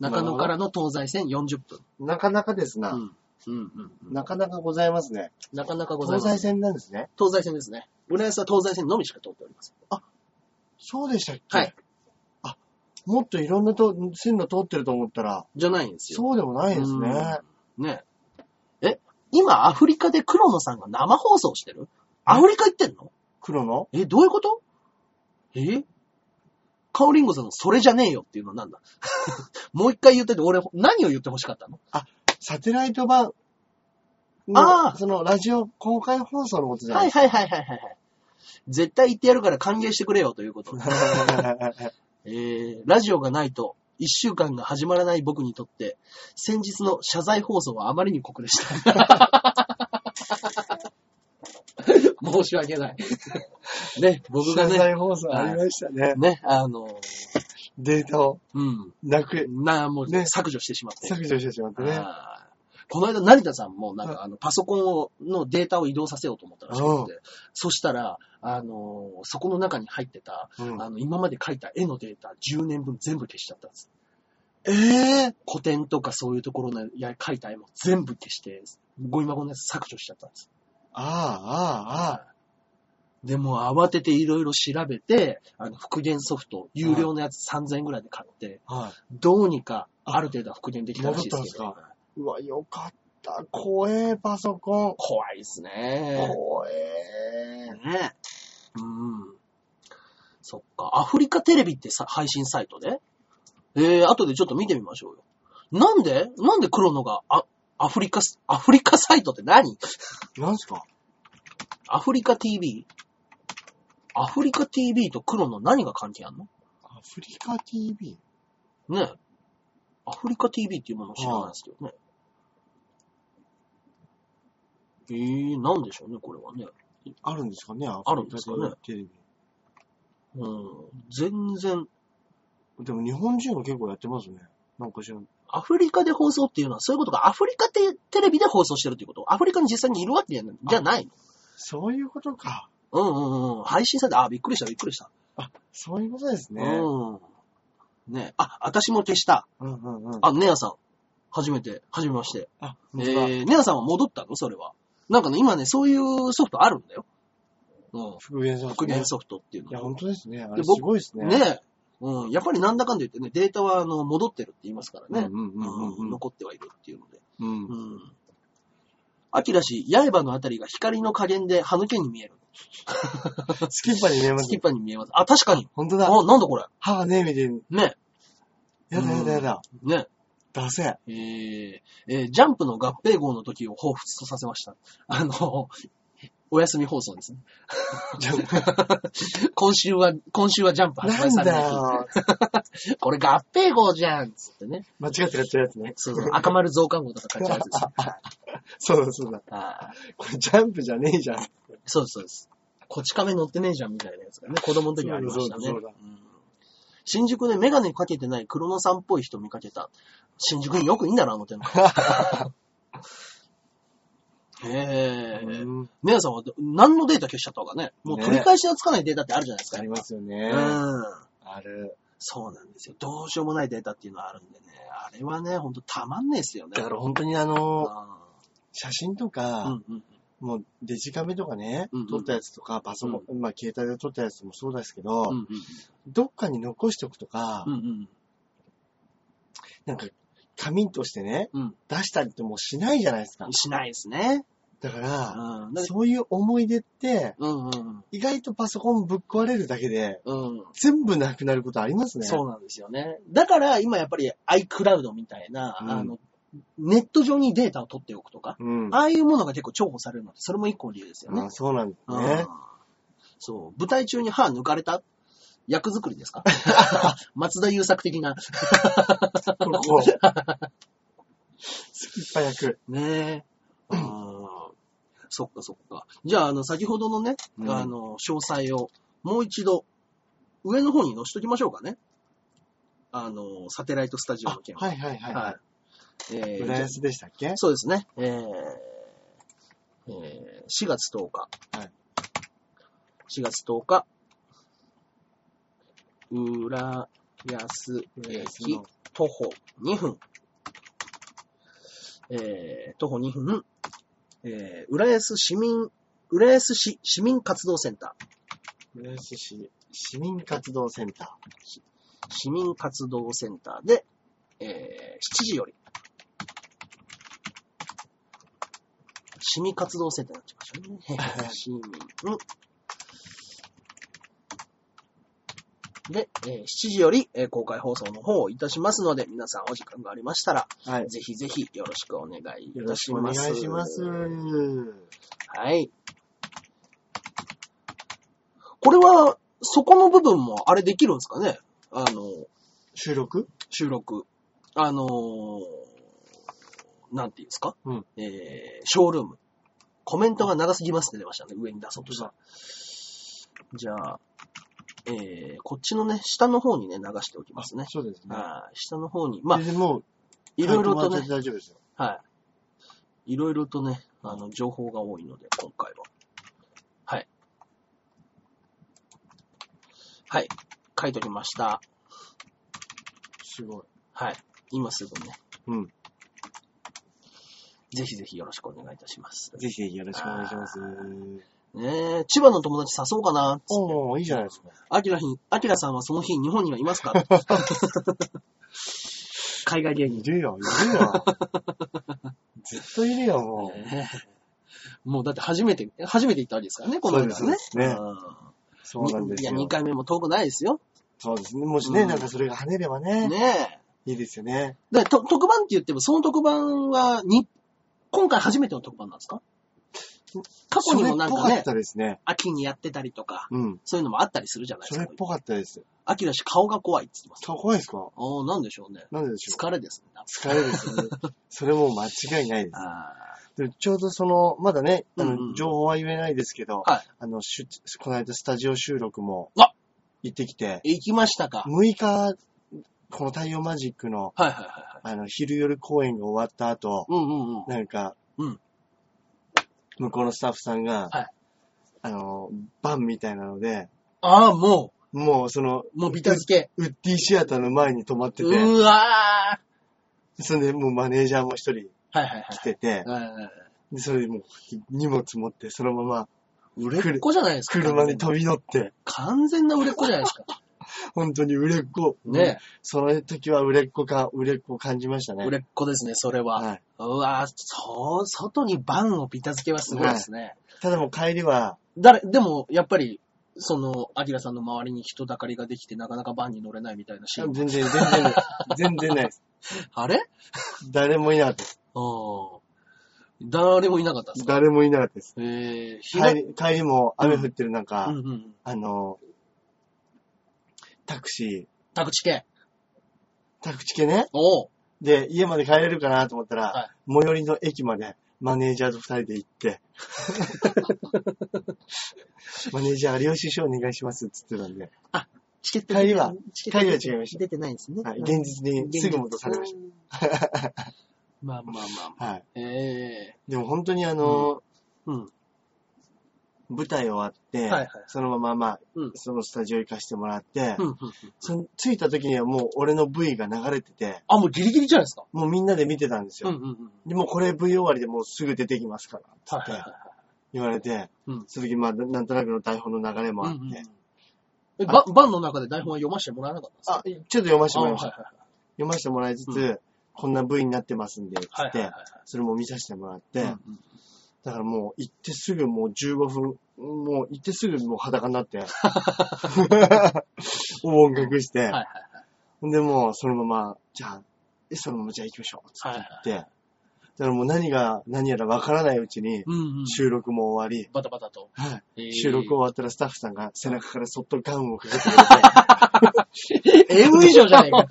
S1: 中野からの東西線40分。
S2: なかなかです
S1: う
S2: な。
S1: ん。うんうんうん。
S2: なかなかございますね。
S1: なかなかございま
S2: 東
S1: せん。
S2: 西線なんですね。
S1: 東西線ですね。浦安は東西線のみしか通っておりません。
S2: そうでしたっけ
S1: はい。
S2: もっといろんなと線路通ってると思ったら、
S1: じゃないんですよ。
S2: そうでもないですね。
S1: うん。ねえ、今アフリカで黒野さんが生放送してるアフリカ行ってんの
S2: 黒の
S1: え、どういうことえカオリンゴさんのそれじゃねえよっていうのはなん だもう一回言ってて、俺何を言って欲しかったの
S2: サテライト版
S1: あ
S2: の、
S1: ー
S2: そのラジオ公開放送のことじゃな
S1: はいいはいはいはいはいはい。絶対言ってやるから歓迎してくれよということ。 えー、ラジオがないと、一週間が始まらない僕にとって、先日の謝罪放送はあまりに酷でした。 申し訳ない。ね、僕が
S2: 謝
S1: ね、
S2: 罪放送ありましたね。
S1: ね、あの、
S2: データを
S1: うん、
S2: なく、
S1: な、もう
S2: ね
S1: 削除してしまって。
S2: 削除してしまってね。
S1: あーこの間、成田さんも、なんか、あの、パソコンのデータを移動させようと思ったらしくて、そしたら、あのー、そこの中に入ってた、
S2: うん
S1: あの、今まで書いた絵のデータ10年分全部消しちゃったんです。
S2: ええ
S1: 古典とかそういうところのや書いた絵も全部消して、ゴミ箱のやつ削除しちゃったんです。
S2: ああ、ああ、
S1: で、もう慌てていろいろ調べて、あの、復元ソフト、有料のやつ3000円ぐらいで買って、
S2: ああ。はい。
S1: どうにか、ある程度は復元できたらしいですけ
S2: 戻
S1: ど
S2: っ。うわ、よかった。怖え、パソコン。
S1: 怖いですね。
S2: 怖え。
S1: ね。うん。そっか。アフリカテレビってさ、配信サイトでえー、後でちょっと見てみましょうよ。なんでなんで黒野が、あ、アフリカス、アフリカサイトって何
S2: なんすか
S1: アフリカ TV? アフリカ TV と黒野何が関係あんの
S2: アフリカ TV?
S1: ねえ。アフリカ TV っていうものを知らないですけどね。えー、なんでしょうね、これはね。
S2: あるんですかね
S1: あるんですかね
S2: アフリカテレビ。
S1: うん。全然、
S2: でも日本人が結構やってますね。なんかしらん。
S1: アフリカで放送っていうのはそういうことか。アフリカテテレビで放送してるっていうことアフリカに実際にいるわけじゃないじゃないの
S2: そういうことか。
S1: うんうんうん。配信されて、あ、びっくりした、びっくりした。
S2: そういうことですね。
S1: うん。ねあ、私も消した。
S2: うんうんうん。
S1: あ、ネアさん。初めて、初めまして。
S2: あ、
S1: え
S2: 本当だ
S1: ー、ネアさんは戻ったのそれは。なんかね、今ね、そういうソフトあるんだよ。うん。
S2: 復元ソフト
S1: 復
S2: ね
S1: 元ソフトっていう
S2: いや、
S1: の。
S2: 本当ですね。あ
S1: で
S2: れす
S1: 僕
S2: ごいですね。
S1: ねうん。やっぱりなんだかんだ言ってね、データは、あの、戻ってるって言いますから
S2: うん
S1: ね。
S2: うんうん
S1: う
S2: うんん
S1: 残ってはいるっていうので。
S2: うん。
S1: う
S2: うん。
S1: ん。アキラ氏、刃のあたりが光の加減で歯抜けに見える。
S2: スキッパに見えます
S1: スキッ。パーに見えます。あ、確かに。
S2: 本当だ。
S1: あ、なんだこれ。
S2: 歯がね、見てる。
S1: ね。
S2: やだやだやだ。
S1: ね。
S2: ダセ。
S1: えーえージャンプの合併号の時を彷彿とさせました。あの、お休み放送ですね。
S2: じゃ
S1: 今週は、今週はジャンプ
S2: あ
S1: 発
S2: な
S1: 売
S2: ん
S1: されな
S2: だ
S1: い日。
S2: よ。
S1: これ合併号じゃんつってね。
S2: 間違って買っちゃうやつね。
S1: そう そう。赤丸増刊号とか買っちゃうやつですよ。
S2: そうだそうだ。
S1: あー
S2: これジャンプじゃねえじゃん。
S1: そうです、そうです。こち亀乗ってねえじゃんみたいなやつがね、子供の時にありましたね。
S2: そうだそうだ
S1: うん新宿でメガネかけてない黒野さんっぽい人見かけた。新宿によくいんだな、あの 手の。へえ。
S2: うん
S1: ネアさんは何のデータ消しちゃったのかね。もう取り返しがつかないデータってあるじゃないですか。
S2: ありますよね。
S1: うん。
S2: ある。
S1: そうなんですよ。どうしようもないデータっていうのはあるんでね。あれはね、ほんとたまんないですよね。
S2: だから本当にあの、
S1: あ
S2: 写真と
S1: ー
S2: か、
S1: うんうんうん
S2: もうデジカメとかね
S1: うんうん、
S2: 撮ったやつとか、パソコン、まあ携帯で撮ったやつもそうですけど、
S1: うん
S2: どっかに残しておくとか、
S1: うんうん
S2: なんか、紙としてね、
S1: うん
S2: 出したりってもうしないじゃないですか
S1: うん。。しないですね。
S2: だか
S1: う
S2: ら、
S1: ん。だ
S2: そういう思い出って、
S1: うんうん
S2: 意外とパソコンぶっ壊れるだけで、
S1: うん。うん。
S2: 全部なくなることありますね。
S1: そうなんですよね。だから今やっぱり iCloud みたいな、
S2: うん
S1: あの、ネット上にデータを取っておくとか、
S2: うん。
S1: ああいうものが結構重宝されるので、それも一個の理由ですよね
S2: あ。そうなんで
S1: う
S2: す
S1: ん
S2: ね。
S1: そう。舞台中に歯抜かれた役作りです か松田優作的な。
S2: こ こ。いっぱい焼く。
S1: ねえ。うんそっかそっか。じゃあ、あの、先ほどのね、
S2: うん
S1: あの、詳細をもう一度、上の方に載せときましょうかね。あの、サテライトスタジオの件。
S2: あはいはいはい。はい
S1: えー
S2: 浦安でしたっけ
S1: そうですね。えーえー4月10日。
S2: はい
S1: 4月10日。浦安駅徒歩2分。えー徒歩2分。えー浦安市民、浦安市市民活動センター。
S2: 浦安市市民活動センタ
S1: 市民活動センターで、えー7時より。市民活動センターになっちゃいましたね。 市民。で、えー7時より、えー公開放送の方をいたしますので、皆さんお時間がありましたら、
S2: ー。はい。
S1: ぜひぜひよろしくお願いい
S2: よろ
S1: た
S2: し
S1: し
S2: くお願
S1: ま
S2: い
S1: す。
S2: します。
S1: はい。これは、そこの部分もあれできるんですかねあの、
S2: 収録
S1: 収録、あのーなんていうんですか、
S2: うん
S1: えーショールーム。コメントが長すぎますって出ましたね、上に出そうとしたら。じゃあ、えーこっちのね、下の方にね、流しておきますね。
S2: そうですね。
S1: はい、下の方に、まあ、
S2: でもう、
S1: いろいろと
S2: 回答は
S1: ね、
S2: 大丈夫ですよ。
S1: はい。いろいろとね、あの、情報が多いので、今回は。はい。はい。書いときました。
S2: すごい。
S1: はい。今すぐね。
S2: うん。
S1: ぜひぜひよろしくお願いいたします。
S2: ぜひぜひよろしくお願いします。
S1: ねえ、千葉の友達誘おうかな。
S2: おー、いいじゃないですか。
S1: アキラひ、アキラさんはその日日本にはいます か 海外芸人
S2: い。るよ、いるよ。ずっといるよ、もう。
S1: ねえ もうだって初めて、初めて行ったわけですからね、この間ね。
S2: そうですね
S1: ん
S2: そうなんですよ。
S1: いや、2回目も遠くないですよ。
S2: そうですね。もしね、
S1: うん
S2: なんかそれが跳ねればね、
S1: ねえ。
S2: いいですよね。
S1: で、と特番って言っても、その特番は、に、今回初めての特番なんですか過去にもなんか
S2: それっぽか
S1: ね
S2: っ、たですね。
S1: 秋にやってたりとか、
S2: うん。
S1: そういうのもあったりするじゃないで
S2: そ
S1: す
S2: れ
S1: か
S2: っ。ぽかったです。
S1: アキラ氏顔が怖いって言ってます。
S2: そう、怖いですか
S1: ああ、なんでしょうね。
S2: なんででしょう
S1: 疲れですね。
S2: 疲れ ですね。それもう間違いないです。
S1: あ
S2: でちょうどその、まだね、あ
S1: うんうん
S2: の、情報は言えないですけど、
S1: はい
S2: あの、しゅこの間スタジオ収録も
S1: あ
S2: 行ってきて、
S1: 行きましたか。
S2: 6日、この太陽マジックの、
S1: はいはいはい。はい
S2: あの、昼夜公演が終わった後、
S1: うんうんうん。
S2: なんか、
S1: うん
S2: 向こうのスタッフさんが、
S1: はい
S2: あの、バンみたいなので、
S1: ああ、も
S2: もうその、
S1: う、もうビタ付け。
S2: ウッディシアターの前に泊まってて、
S1: うわ
S2: それでもうマネージャーも一人
S1: ーはいはいはい
S2: 来て
S1: は
S2: て、
S1: いはいはい。
S2: でそれでもう荷物持って、そのまま
S1: 売れっ子じゃないですか。
S2: 車に飛び乗って、
S1: 完全な売れっ子じゃない ですか。
S2: 本当に売れっ子。
S1: ね
S2: その時は売れっ子か、売れっ子を感じましたね。
S1: 売れっ子ですね、それは。
S2: はいう
S1: わーそう、外にバンをビタ付けはすごいですね。
S2: ただもう帰りは、
S1: 誰、でも、やっぱり、その、アキラさんの周りに人だかりができて、なかなかバンに乗れないみたいなシー
S2: 全
S1: ン。
S2: 然、全然ない、全然ないです。
S1: あれ
S2: 誰もいなかったです。
S1: うん。誰もいなかったんですか
S2: 誰もいなかったです。
S1: えー、ひな
S2: 帰り、帰りも雨降ってる中、
S1: うんうん。
S2: あの、タクシー、
S1: 宅地系。
S2: タクチケね。
S1: おう。
S2: で、家まで帰れるかなと思ったら、
S1: はい
S2: 最寄りの駅までマネージャーと二人で 行って、マネージャー有吉師匠お願いしますって言ってたんで、
S1: チケット
S2: 帰りは、
S1: チケット
S2: 帰りは違いました
S1: 出てないんですね。。
S2: はい、現実にすぐ戻されました
S1: まあまあまあま
S2: た。はい。
S1: あ。ええ
S2: でも本当にあの、
S1: うん。
S2: 舞台終わって、
S1: はいはい
S2: そのまままあ、
S1: うん
S2: そのスタジオ行かせてもらって、
S1: うんうんうん
S2: その着いた時にはもう俺の V が流れてて、
S1: あ、もうギリギリじゃないですか。
S2: もうみんなで見てたんですよ。
S1: うんうん。
S2: でもうこれ V 終わりでもうすぐ出てきますから、つ
S1: は
S2: っ
S1: いはい
S2: て
S1: はい。
S2: 言われて、
S1: うん
S2: その時まあなんとなくの台本の流れもあって、
S1: うんうんうんえ、ばバンの中で台本は読ませてもらえなかったんですか
S2: あ、ちょっと読ませてもらいました。
S1: あ
S2: 読ませてもらいつつ、
S1: う
S2: こんな V になってますんで、つ
S1: はいはいはい
S2: って、それも見させてもらって、
S1: はいはいうんうん
S2: だからもう行ってすぐもう15分、もう行ってすぐもう裸に なって、音楽して、
S1: はいはい
S2: ほんでもうそのまま、じゃあ、えそのままじゃあ行きましょう、つって言って、だからもう何が何やらわからないうちに
S1: うんうん
S2: 収録も終わり、
S1: バタバタと。
S2: はい
S1: えー
S2: 収録終わったらスタッフさんが背中からそっとガンをかけてくれて、
S1: AV 以上じゃないか。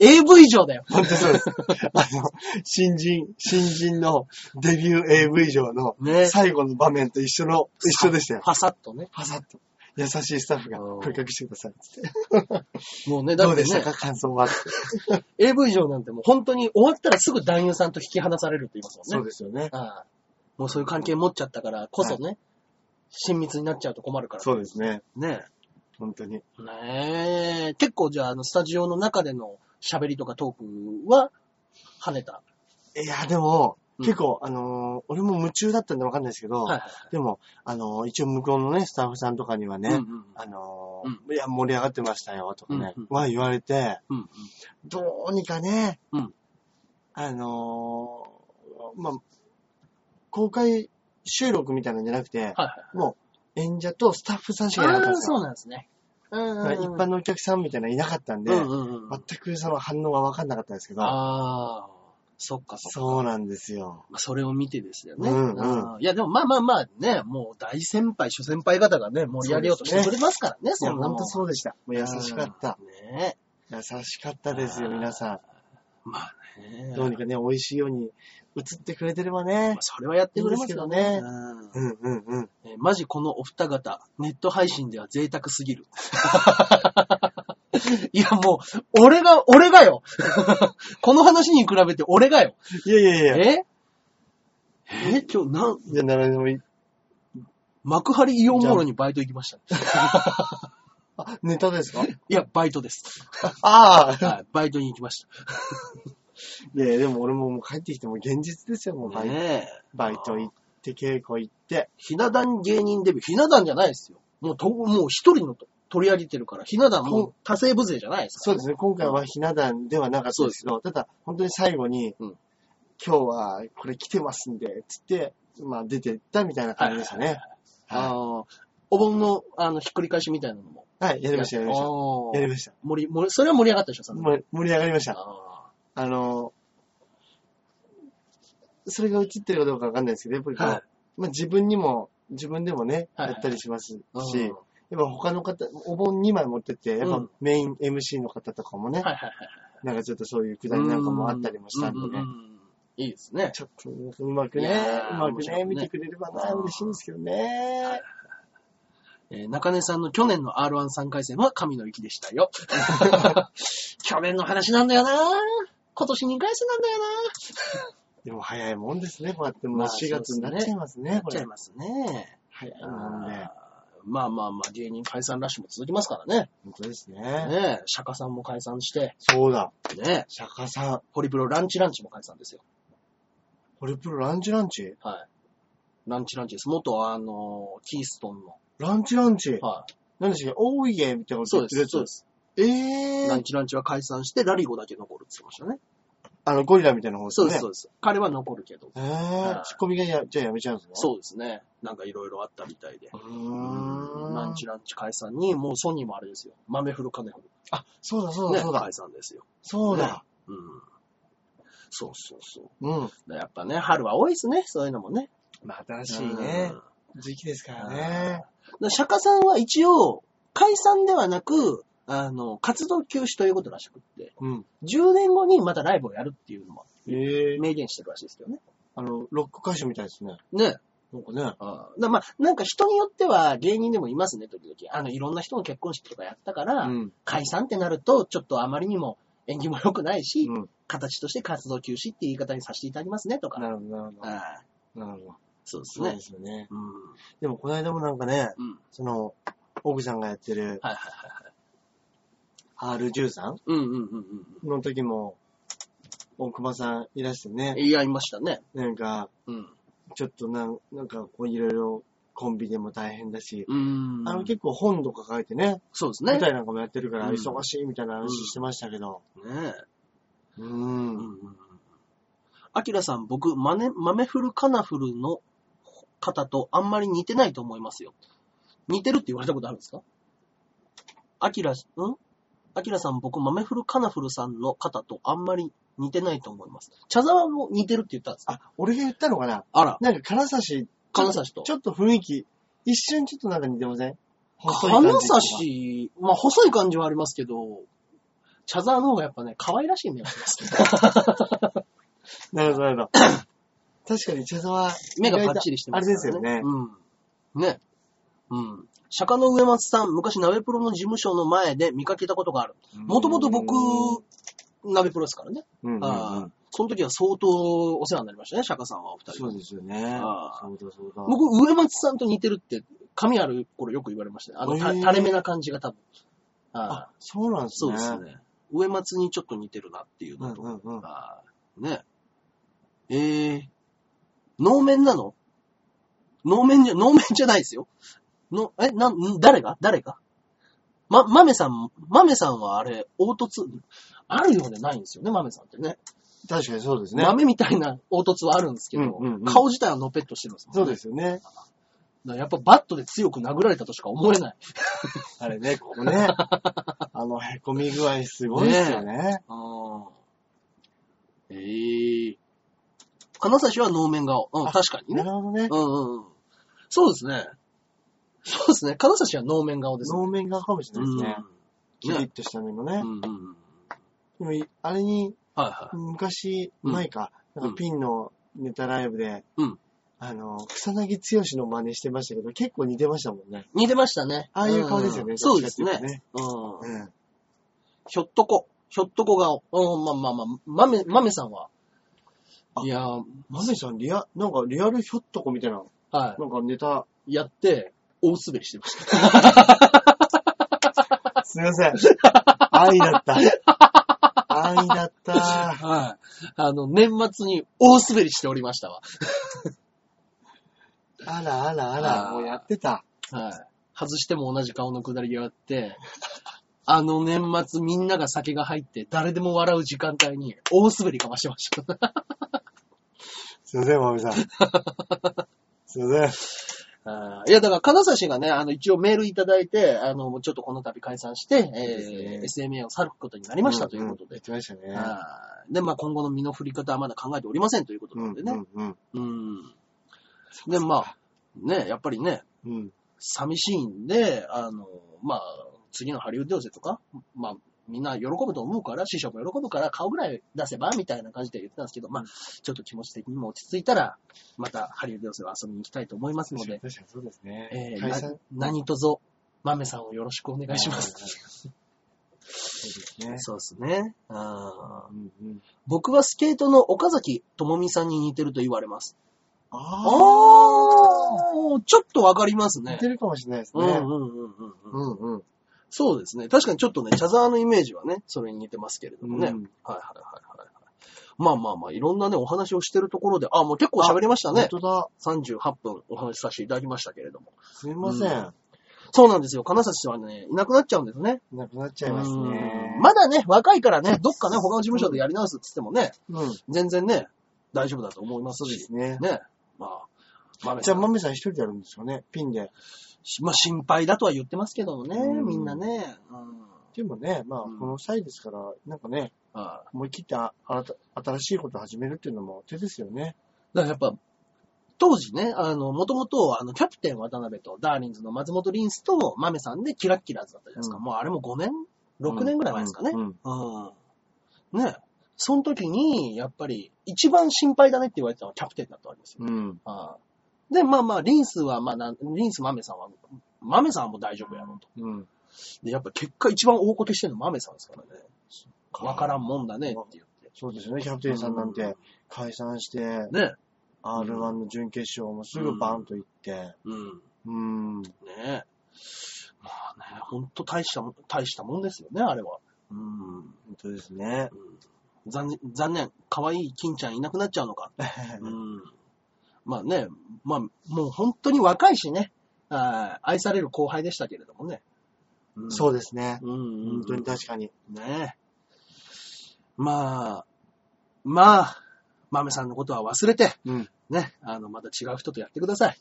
S1: AV 以上だよ。
S2: 本当そうです。あの、新人、新人のデビュー AV 上の
S1: ね
S2: 最後の場面と一緒の、一緒でしたよ。
S1: パサッとね。
S2: パサッと。優しいスタッフが
S1: うん
S2: 声かけしてくださいっつって。
S1: もうね、だ
S2: ど
S1: っ
S2: う
S1: て
S2: でした
S1: ね、
S2: か感想は。
S1: AV 以上なんてもう本当に終わったらすぐ男優さんと引き離されるって言いますもんね。
S2: そうですよね。
S1: ああもうそういう関係持っちゃったからこそね、親密になっちゃうと困るから。
S2: そうですね。
S1: ね
S2: 本当に。
S1: え。ねえ。結構じゃあ、あの、スタジオの中での喋りとかトークは、跳ねた。
S2: いや、でも、
S1: うん
S2: 結構、あのー俺も夢中だったんでわかんないですけど、
S1: はいは
S2: でも、あのー一応向こうのね、スタッフさんとかにはね、
S1: うんうん
S2: あのー
S1: う
S2: いや、盛り上がってましたよ、とかね、
S1: うんうん
S2: は言われて、
S1: うんうん。
S2: どうにかね、
S1: うん
S2: あのーまあ、公開収録みたいなんじゃなくて、
S1: はいはい。
S2: もう演者とスタッフさんしかいなかっ
S1: あ
S2: たん
S1: あ、
S2: です
S1: そう
S2: よ。
S1: なんですね。うん
S2: だから一般のお客さんみたいなのいなかったんで、
S1: うんうんうん。
S2: 全くその反応は分かんなかったんですけど、
S1: ああ、そっかそっか。
S2: そうなんですよ。
S1: まあ、それを見てですよね、
S2: うんうん
S1: あーいや、でもまあまあまあね、もう大先輩、諸先輩方がね、盛り上げようとしてくれますからね、
S2: い
S1: そ
S2: や、
S1: んな
S2: 本
S1: もん
S2: 当そうでした。もう優しかった。。
S1: うんね
S2: 優しかったですよ、
S1: あー
S2: 皆さ
S1: まあね。
S2: ん。どうにかね、美味しいように映ってくれてればね
S1: まあ、。それはやってくれますよ
S2: いい
S1: ね
S2: で。すうんうんうん。
S1: うんえーマジこのお二方、ネット配信では贅沢すぎる。 いや、もう、俺が、俺がよ。 この話に比べて俺がよ。
S2: いやいやいや。
S1: ええー今日、なん、
S2: じゃあ、並んでもいい。
S1: 幕張イオンモールにバイト行きました。
S2: あ、ネタで すか
S1: いや、バイト です。
S2: ああ。
S1: はい、バイトに行きまし
S2: いやいや、でも俺ももう帰ってきてもう現実ですよ、もう
S1: た。
S2: バイト。
S1: ねえ。
S2: バイト行って、稽古行って。
S1: ひな壇芸人デビュー。ひな壇じゃないですよ。もうと、もう一人のと取り上げてるから、ひな壇もう多勢部勢じゃないですか
S2: そ
S1: ら
S2: う
S1: ね、
S2: ですね、今回はひな壇ではなかったですけど、ただ、本当に最後に、
S1: うん
S2: 今日はこれ来てますんで、つって、まあ出てったみたいな感じでしたね。
S1: あ
S2: は
S1: のお盆の、あの、ひっくり返しみたいなのも。
S2: い、はいやりました、やりました。
S1: おー
S2: やりました。
S1: 盛り、盛り、それは盛り上がったでしょ、さん
S2: もう盛り上がりました。
S1: あ
S2: あの、それが映ってるかどうかわかんないですけど、やっぱりこう、
S1: はい
S2: まあ自分にも、自分でもね、
S1: はい
S2: やったりしますし、
S1: ーうん
S2: やっぱ他の方、お盆2枚持ってって、やっ
S1: う
S2: ぱ
S1: ん
S2: メイン MC の方とかもね、
S1: はいはいはい。
S2: なんかちょっとそういうくだりなんかもあったりもしたんでね。
S1: うううんいいですね。
S2: ちょっとうまく
S1: い
S2: ね
S1: や、ー
S2: うまく
S1: 面白い
S2: ね、
S1: ね
S2: 見てくれればな、嬉しいんですけどね。
S1: えー中根さんの去年の R13 回戦は神の域でした よ。去年の話なんだよな今年2回戦なんだよな
S2: でも早いもんですね、こうやってもう
S1: まあ
S2: 4月になっちゃいます
S1: な
S2: ね
S1: っ、
S2: こ
S1: ちゃ
S2: れ
S1: い。ますね。
S2: 早いもんね。
S1: まあまあまあ、芸人解散ラッシュも続きますからね。
S2: 本当ですね。
S1: ねえ、釈迦さんも解散して、
S2: そうだ、
S1: ねえ、
S2: 釈迦さん、
S1: ホリプロランチランチも解散ですよ。
S2: ホリプロランチランチ
S1: はい。ランチランチです。元あの、キーストンの。
S2: ランチランチ
S1: は。
S2: 何でしたっけおーいえみたいないこと
S1: そう
S2: 言
S1: で
S2: っ
S1: す。
S2: てるや
S1: そうで
S2: つ。
S1: す。
S2: え
S1: ラ
S2: ー
S1: ン。チランチは解散して、ラリゴだけ残るって言ってましたね。
S2: あの、ゴリラみたいな方です
S1: そう
S2: よ
S1: で
S2: ね
S1: す、そ。うです。彼は残るけど。
S2: えー、ツッコミがや、じゃあやめちゃうんですか
S1: そうですね。なんかいろいろあったみたいで。
S2: うーん。
S1: ランチランチ解散に、もうソニーもあれですよ。豆振る金振る。
S2: あ、そうだ、そうだ、
S1: ね
S2: そうだ
S1: 解。散ですよ。
S2: そうだ。
S1: うん。そうそうそう。
S2: うん。
S1: だからやっぱね、春は多いですね。そういうのもね。
S2: まあ、新しいね
S1: うん。
S2: 時期ですからね。
S1: だから釈迦さんは一応、解散ではなく、あの、活動休止ということらしくって、
S2: うん。
S1: 10年後にまたライブをやるっていうのも
S2: えー。
S1: 明言してるらしいですけどね。
S2: あの、ロック歌手みたいですね。
S1: ね。
S2: なんかね。
S1: ああだまあ、なんか人によっては芸人でもいますね、時々。あの、いろんな人の結婚式とかやったから、
S2: うん。
S1: 解散ってなると、ちょっとあまりにも縁起も良くないし、
S2: うん
S1: 形として活動休止っていう言い方にさせていただきますね、とか。
S2: なるほど、なるほ
S1: ああ
S2: ど。なるほど。
S1: そうです
S2: そう
S1: ね
S2: で。すよね。
S1: うん。
S2: でも、この間もなんかね、
S1: うん。
S2: その、奥さんがやってる
S1: はいはいはいはい。
S2: R13
S1: うんうんうんう
S2: の時も、大熊さんいらしてね
S1: ん。、いや、いましたね。
S2: なんか、
S1: うん。
S2: ちょっとなんなんか、こういろいろコンビでも大変だし、
S1: うん。
S2: あの結構本とか書いてね、
S1: そうですね。
S2: 舞
S1: ね
S2: 台なんかもやってるから
S1: うん
S2: 忙しいみたいな話してましたけど、
S1: え。
S2: う
S1: うんうん
S2: ん。
S1: うん。アキラさん、僕、マネ、マメフルカナフルの方とあんまり似てないと思いますよ。似てるって言われたことあるんですかアキラ、んアキラさん、僕、マメフルカナフルさんの方とあんまり似てないと思います。茶沢も似てるって言ったんですか
S2: あ、俺が言ったのかな
S1: あら、
S2: なんか金指、
S1: 金指と
S2: ち。ょっと雰囲気、一瞬ちょっとなんか似てません細い感
S1: 金
S2: じとか
S1: 指、まあ、細い感じはありますけど、茶沢の方がやっぱね、可愛らしい目がしますけど。
S2: なるほど、なるほ ど。確かに茶沢、
S1: 目がパッチリしてますから、
S2: あれですよね
S1: うん。ね。うん。釈迦の上松さん、昔、鍋プロの事務所の前で見かけたことがある。もともと僕、鍋プロですからね。
S2: うんうんうん
S1: ああその時は相当お世話になりましたね、釈迦さんはお二人。
S2: そうですよね。
S1: ああ
S2: そうだそうだ。
S1: 僕、上松さんと似てるって、髪ある頃よく言われましたね。あの、た
S2: へえ
S1: 垂れ目な感じが多分。ああ
S2: あ、そうなんです
S1: そう
S2: ね。
S1: ですね。上松にちょっと似てるなっていう
S2: う
S1: の
S2: ん
S1: と。
S2: うんうん。
S1: ああね。えー、能面なの能面じゃ、能面じゃないですよ。の、え、な、ん誰が誰がま、豆さん、豆さんはあれ、凹凸、あるようでないんですよね、豆さんってね。
S2: 確かにそうですね。
S1: 豆みたいな凹凸はあるんですけど、
S2: うんうんうん
S1: 顔自体はのぺっとしてるんですもんね
S2: そうですよ
S1: だ
S2: ね。
S1: からやっぱバットで強く殴られたとしか思えない。
S2: あれね、こ こね。あの、へこみ具合すごいですよね。
S1: あえー。金指は能面顔。うん、
S2: あ
S1: 確かにね
S2: な。るほどね。
S1: うんうんうん。そうですね。そうですね。金指は能面顔ですね。
S2: 能面がかもしれないですね。キ
S1: うん
S2: リ
S1: ね
S2: ッとした目のね
S1: う。んうんうん。
S2: でもいあれに、
S1: はいはい。
S2: 昔、
S1: うん
S2: 前か、なんかピンのネタライブで
S1: うん、
S2: あの、草薙剛の真似してましたけど、結構似てましたもんね。
S1: 似てましたね。
S2: ああいう顔ですよね
S1: ん
S2: ど
S1: そ
S2: っ
S1: う
S2: ちか
S1: で
S2: って
S1: す
S2: いうと
S1: ね。う
S2: ね
S1: ん。
S2: うん。
S1: ひょっとこ。ひょっとこ顔。うん、まあまあまあ。まめ、まめさんは。
S2: あ
S1: いやー、
S2: マメさん、リア、なんかリアルひょっとこみたいな、
S1: は
S2: なんかネタ、
S1: い。やって、大滑りしてました。
S2: すい ません。愛だった。愛だった。
S1: はい。あの、年末に大滑りしておりましたわ。
S2: あらあらあ
S1: あー
S2: ら、もうやってた。
S1: はい。外しても同じ顔のくだりがあって、 あの年末みんなが酒が入って誰でも笑う時間帯に大滑りかましてました。
S2: すいません、マメさん。すいませ
S1: あーいや、だから、金指がね、あの、一応メールいただいて、あの、ちょっとこの度解散して、
S2: すね。
S1: えー SMA を去ることになんりましたということで。
S2: 言ってましたね。
S1: あーで、まあ、今後の身の振り方はまだ考えておりませんということなんでね。
S2: うんうん
S1: うん。で、まあ、ね、やっぱりね、
S2: うん。うん。
S1: 寂しいんで、あの、まあ、次のハリウッド寄せとか、まあ、みんな喜ぶと思うから、師匠も喜ぶから、顔ぐらい出せば、みたいな感じで言ってたんですけど、まあ、ちょっと気持ち的にも落ち着いたら、またハリウッド寄せは遊びに行きたいと思いますの
S2: 確か
S1: で
S2: に、確かにそうですね。
S1: えー
S2: 解
S1: な
S2: 散
S1: 何とぞ、マメさんをよろしくお願いしま
S2: は
S1: す。
S2: いはいはいそ
S1: そ
S2: うですね。
S1: うですね。あー
S2: うんうん。
S1: 僕はスケートの岡崎智美さんに似てると言われます。
S2: あ
S1: あ
S2: あ
S1: ーちょっとわかります
S2: 似
S1: ね。
S2: てるかもしれないです
S1: うんうん
S2: ね。
S1: うんうんうん。
S2: んうん。
S1: そうですね。確かにちょっとね、茶沢のイメージはね、それに似てますけれどもね。
S2: う
S1: は
S2: ん
S1: いはいはいはいはい。まあまあまあ、いろんなね、お話をしてるところで、あ、もう結構喋りましたね。
S2: 本当だ。
S1: 38分お話しさせていただきましたけれども。
S2: すいません。
S1: そうなんですよ。金指さんはね、いなくなっちゃうんですね。
S2: なくなっちゃいますね
S1: う。んまだね、若いからね、どっかね、他の事務所でやり直すって言ってもね、
S2: うん。
S1: 全然ね、大丈夫だと思います
S2: そうで
S1: し、
S2: すね。
S1: ね。まあ、まめ
S2: じ
S1: さ
S2: ゃあ、
S1: ん
S2: まめさん一人でやるんですよね、ピンで。
S1: まあ、心配だとは言ってますけどもね、
S2: うん
S1: みんなね。うん
S2: でもね、まあ、
S1: うん
S2: この際ですから、なんかね、
S1: ああ
S2: 思い切ってあ新た新しいことを始めるっていうのも手ですよね。
S1: だからやっぱ、当時ね、あの、もともと、あの、キャプテン渡辺と、ダーリンズの松本リンスと、まめさんで、キラッキラーズだったじゃないですか。
S2: う
S1: もうあれも5年 ?6 年ぐらい前ですかね。
S2: うんうん
S1: うん。ね。その時に、やっぱり、一番心配だねって言われてたのはキャプテンだったわけですよ。
S2: うん。
S1: ああで、まあまあ、リンスは、まあなん、リンス豆さんは、豆さんはもう大丈夫やろうと。
S2: うん。
S1: で、やっぱ結果一番大こけしてるの豆さんですからね。わからんもんだねって言って。
S2: そうですよね、キャプテンさんなんて解散して、
S1: ね。
S2: R1 の準決勝もすぐバンと行って、
S1: うん。
S2: うん、
S1: ねえ。まあね、ほんと大したもん、大したもんですよね、あれは。うん。うん
S2: 本当です ね。
S1: 残念、残念。可愛い金ちゃんいなくなっちゃうのか。うん。まあね、まあ、もう本当に若いしね。あー愛される後輩でしたけれどもね。うん
S2: そうですね。
S1: うんうんうん
S2: 本当に確かに。
S1: ねえ。まあ、まあ、豆さんのことは忘れて、
S2: うん。
S1: ね、あの、また違う人とやってください。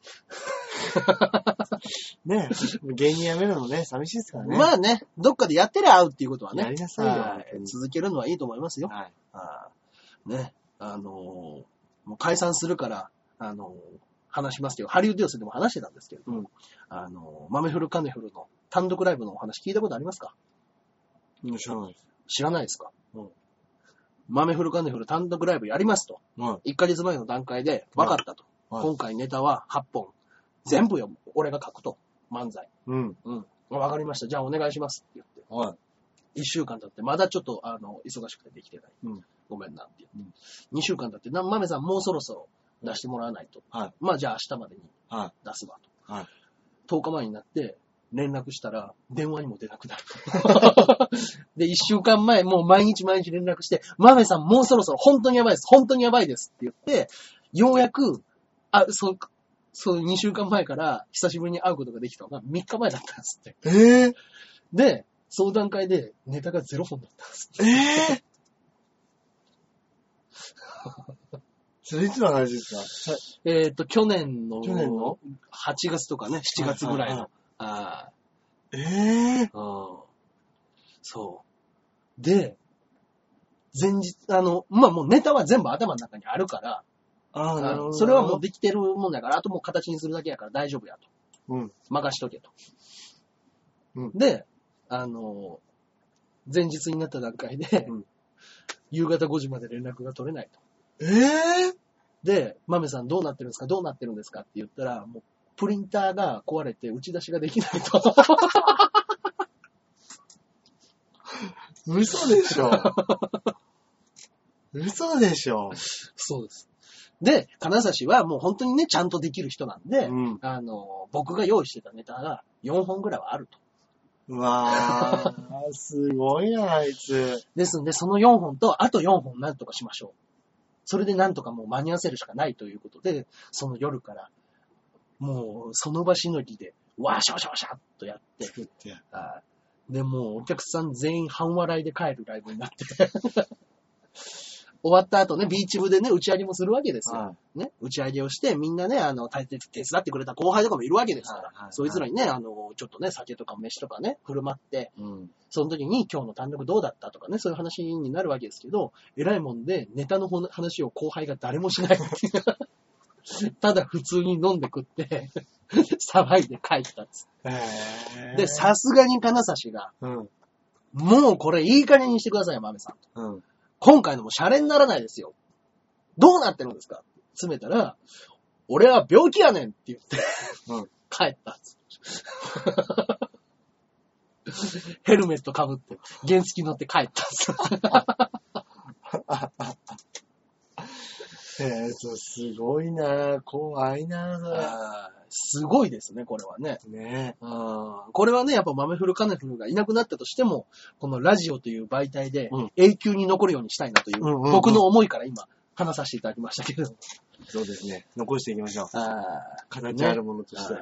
S2: ね芸人辞めるのね、寂しいですからね。
S1: まあね、どっかでやってりゃ会うっていうことはね。
S2: やりなさいよ
S1: は
S2: 本当に
S1: 続けるのはいいと思いますよ。
S2: はい。
S1: あーね、あのーもう解散するから、あのー話しますよ。ハリウッド寄せでも話してたんですけれども、
S2: うん
S1: あのー、マメフルカネフルの単独ライブのお話聞いたことありますか
S2: 面白い。
S1: 知らないですかうん。マメフルカネフル単独ライブやりますと。
S2: は
S1: 1ヶ月前の段階で分かったと。
S2: い。はい。
S1: 今回ネタは8本。全部よ、俺が書くと。漫才。
S2: うん。
S1: うん。わかりました。じゃあお願いします。って言って。
S2: は
S1: 1週間経って、まだちょっと、あの、忙しくてできてない。
S2: うん
S1: ごめんなって言って。2週間経って、な、まめさんもうそろそろ出してもらわないと。
S2: はい
S1: まあじゃあ明日までに
S2: い。は
S1: 出すわと。
S2: い。はい。
S1: 10日前になって、連絡したら、電話にも出なく なる。で、1週間前、もう毎日毎日連絡して、マメさんもうそろそろ本当にやばいです、本当にやばいですって言って、ようやく、あ、そう、そう2週間前から久しぶりに会うことができたのが3日前だったんですって。
S2: えー、
S1: で、その段階でネタがゼロ本だったんですって。
S2: え ー、それいつの話ですかさ
S1: えっ、と、去年の、
S2: 去年の
S1: ?8 月とかね、7月ぐらい
S2: はいはいは
S1: の。あ
S2: えー、
S1: あ、うん。そう。で、前日、あの、まあ、もうネタは全部頭の中にあるから、
S2: ああ、なるほど。
S1: それはもうできてるもんだから、あともう形にするだけやから大丈夫やと。
S2: うん。
S1: 任しとけと。
S2: うん
S1: で、あの、前日になった段階で、
S2: うん
S1: 夕方5時まで連絡が取れないと。
S2: えー、
S1: で、マメさんどうなってるんですかどうなってるんですかって言ったら、もう、プリンターが壊れて打ち出しができないと。
S2: 嘘で しょ。嘘でしょ。
S1: そうです。で、金指はもう本当にね、ちゃんとできる人なんで、
S2: うん。
S1: あの、僕が用意してたネタが4本ぐらいはあると。
S2: うわー、 すごいな、あいつ。
S1: ですんで、その4本と、あと4本なんとかしましょう。それでなんとかもう間に合わせるしかないということで、その夜から、もう、その場しのぎで、わーしゃわしゃわしゃっとやって、
S2: 作って。
S1: あーで、もうお客さん全員半笑いで帰るライブにな って。終わった後ね、ビーチ部でね、打ち上げもするわけですよ。
S2: は
S1: ね、打ち上げをして、みんなね、あの、大抵手伝ってくれた後輩とかもいるわけですから、
S2: はいはいはい
S1: そいつらにね、あの、ちょっとね、酒とか飯とかね、振る舞って、
S2: い。うん。
S1: その時に今日の単独どうだったとかね、そういう話になるわけですけど、偉いもんで、ネタの話を後輩が誰もし ない。ただ普通に飲んで食って、 騒いで帰ったっつ
S2: え
S1: って
S2: ー、
S1: で、、さすがに金指が、
S2: うん。
S1: もうこれいい加減にしてください、豆さん。
S2: うん。
S1: 今回のもシャレにならないですよ。どうなってるんですかって詰めたら、俺は病気やねんって言って、
S2: うん
S1: 帰ったっつって。ヘルメットかぶって、原付乗って帰ったっつって
S2: えーと、すごいな怖いなそれ。
S1: すごいですね、これはね。
S2: ね
S1: うんこれはね、やっぱ豆フルカネフルがいなくなったとしても、このラジオという媒体で
S2: うん
S1: 永久に残るようにしたいなという、
S2: うんうんうん
S1: 僕の思いから今、話させていただきましたけれども。
S2: そうですね。残していきましょう。形
S1: ね
S2: あるものとして。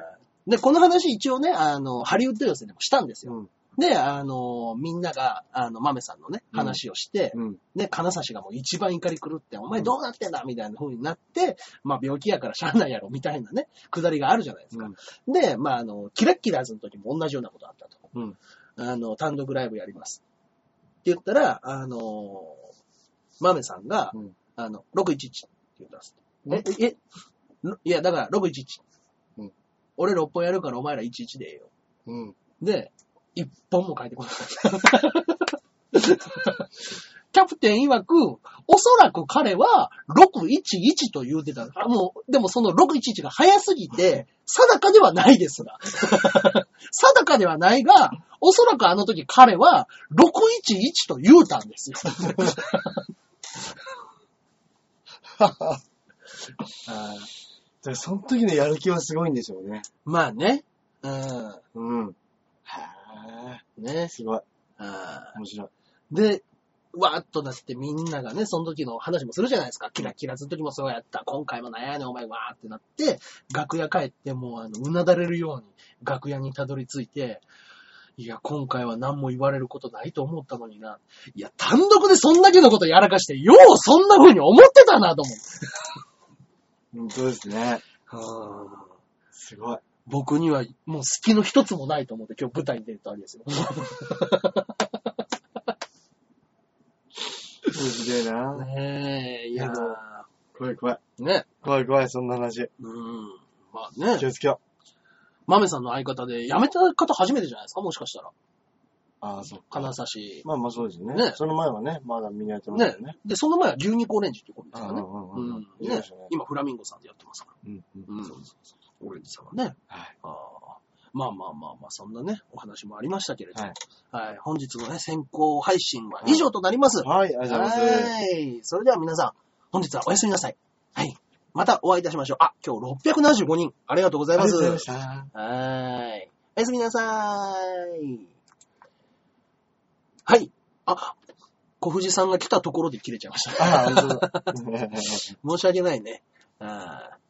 S1: で、この話一応ね、あの、ハリウッド寄せでもしたんですよ。
S2: うん。
S1: で、あの、みんなが、あの、豆さんのね、
S2: うん
S1: 話をして、
S2: うん。
S1: ね、金指がもう一番怒り狂って、お前どうなってんだみたいな風になって、まあ病気やからしゃあないやろ、みたいなね、くだりがあるじゃないですか。で、まああの、キラッキラーズの時も同じようなことあったと。
S2: うん。
S1: あの、単独ライブやります。って言ったら、あの、豆さんが、
S2: うん
S1: あの、611って言ったんです。え、え、えろいや、だから、611。
S2: うん
S1: 俺6本やるから、お前ら11でええよ。
S2: うん。
S1: で、1本も書いてこなかった。キャプテン曰く、おそらく彼は、611と言うてた。あもう、でもその611が早すぎて、定かではないですが。 定かではないが、おそらくあの時彼は、611と言うたんですよ。うん
S2: でその時のやる気はすごいんでしょうね。
S1: まあね。うん。
S2: うん。へ
S1: ね
S2: え、。すごい。
S1: あ
S2: 面白い。
S1: ーで、わーっとだってみんながね、その時の話もするじゃないですか。キラキラずっと時もそうやった。今回もなんやねんお前わーってなって、楽屋帰ってもうあの、うなだれるように楽屋にたどり着いて、いや、今回は何も言われることないと思ったのにな。いや、単独でそんだけのことやらかして、ようそんな風に思ってたなと
S2: 本当ですね。
S1: 思う。
S2: すごい。
S1: 僕にはもう隙の一つもないと思って今日舞台に出るとあれですよ。
S2: 面白いな。
S1: ねえ、いや
S2: でも怖い怖い。
S1: ーね。
S2: 怖い怖い、そんな話。
S1: うん。まあ
S2: 気
S1: ね。
S2: をつけよう。
S1: マメさんの相方で辞めた方初めてじゃないですかもしかしたら。
S2: ああ、そっか。
S1: 金指。
S2: まあまあそうですね。
S1: ね
S2: その前はね、まだみんなやってまし
S1: ね
S2: たよね。
S1: で、その前は牛肉オレンジっていうコンビです
S2: あ
S1: か
S2: あ
S1: らね。
S2: うん
S1: う
S2: うんうん
S1: ん。
S2: いいで
S1: ね
S2: すね。
S1: 今、フラミンゴさんでやってますから。
S2: うんうん
S1: うん。
S2: そうです
S1: オレンジさんはね。
S2: はい。
S1: ああまあまあまあまあ、そんなね、お話もありましたけれど。は
S2: はいい。
S1: 本日のね、先行配信は以上となります。
S2: はい、ありがとうございます。
S1: はい。それでは皆さん、本日はおやすみなさい。はい。またお会いいたしましょう。あ、今日675人。ありがとうござい
S2: ありが
S1: ま
S2: とうござい
S1: す
S2: まし。た。
S1: はーい。おやすみなさーい。はい。あ、小藤さんが来たところで切れちゃいました。
S2: ああ、本当だ
S1: 申し訳ないね。あー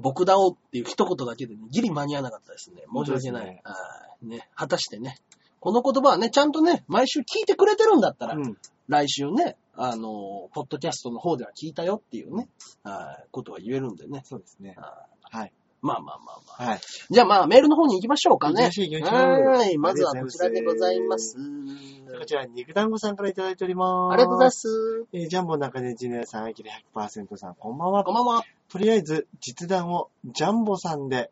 S1: 僕だおっていう一言だけで、ね、ギリ間に合わなかったですね。申し訳ない。
S2: 本当ですね
S1: あーね、果たしてね。この言葉はね、ちゃんとね、毎週聞いてくれてるんだったら、
S2: うん。
S1: 来週ね、あの、ポッドキャストの方では聞いたよっていうね、あーことは言えるんでね。
S2: そうですね。
S1: あー
S2: はい。
S1: まあまあまあまあ。
S2: はい。
S1: じゃあまあ、メールの方に行きましょうかね。
S2: 行きましょう行きましょう
S1: はーい。まずはこちらでございます。
S2: こちら、肉団子さんからいただいております。。
S1: ありがとうございますす。
S2: えージャンボ中根ジュニアさん、あきれ100%さん、こんばんは
S1: こん。ばんは。
S2: とりあえず、実弾をジャンボさんで、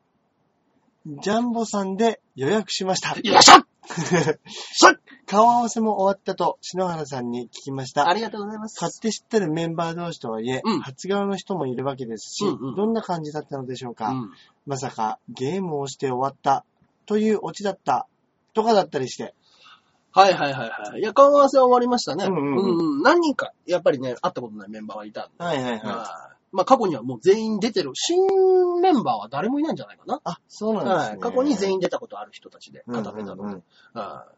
S2: ジャンボさんで予約しました。
S1: いらっしゃっしゃっ
S2: 顔合わせも終わったと、篠原さんに聞きました
S1: あ。りがとうございます。
S2: 買って知ってるメンバー同士とはいえ、
S1: うん
S2: 初顔の人もいるわけですし、
S1: うんうん
S2: どんな感じだったのでしょうか、
S1: うん
S2: まさかゲームをして終わったというオチだったとかだったりして、
S1: はいはいはいはい。いや、顔合わせは終わりましたね。
S2: うんうんうん
S1: うん何人か、やっぱりね、会ったことないメンバーがいたんで。
S2: はいはいはい。
S1: はいまあ、過去にはもう全員出てる。新メンバーは誰もいないんじゃないかな。
S2: あ、そうなんですね。
S1: はい。過去に全
S2: 員
S1: 員出たことある人たちで、固めたので。
S2: うんうん
S1: はい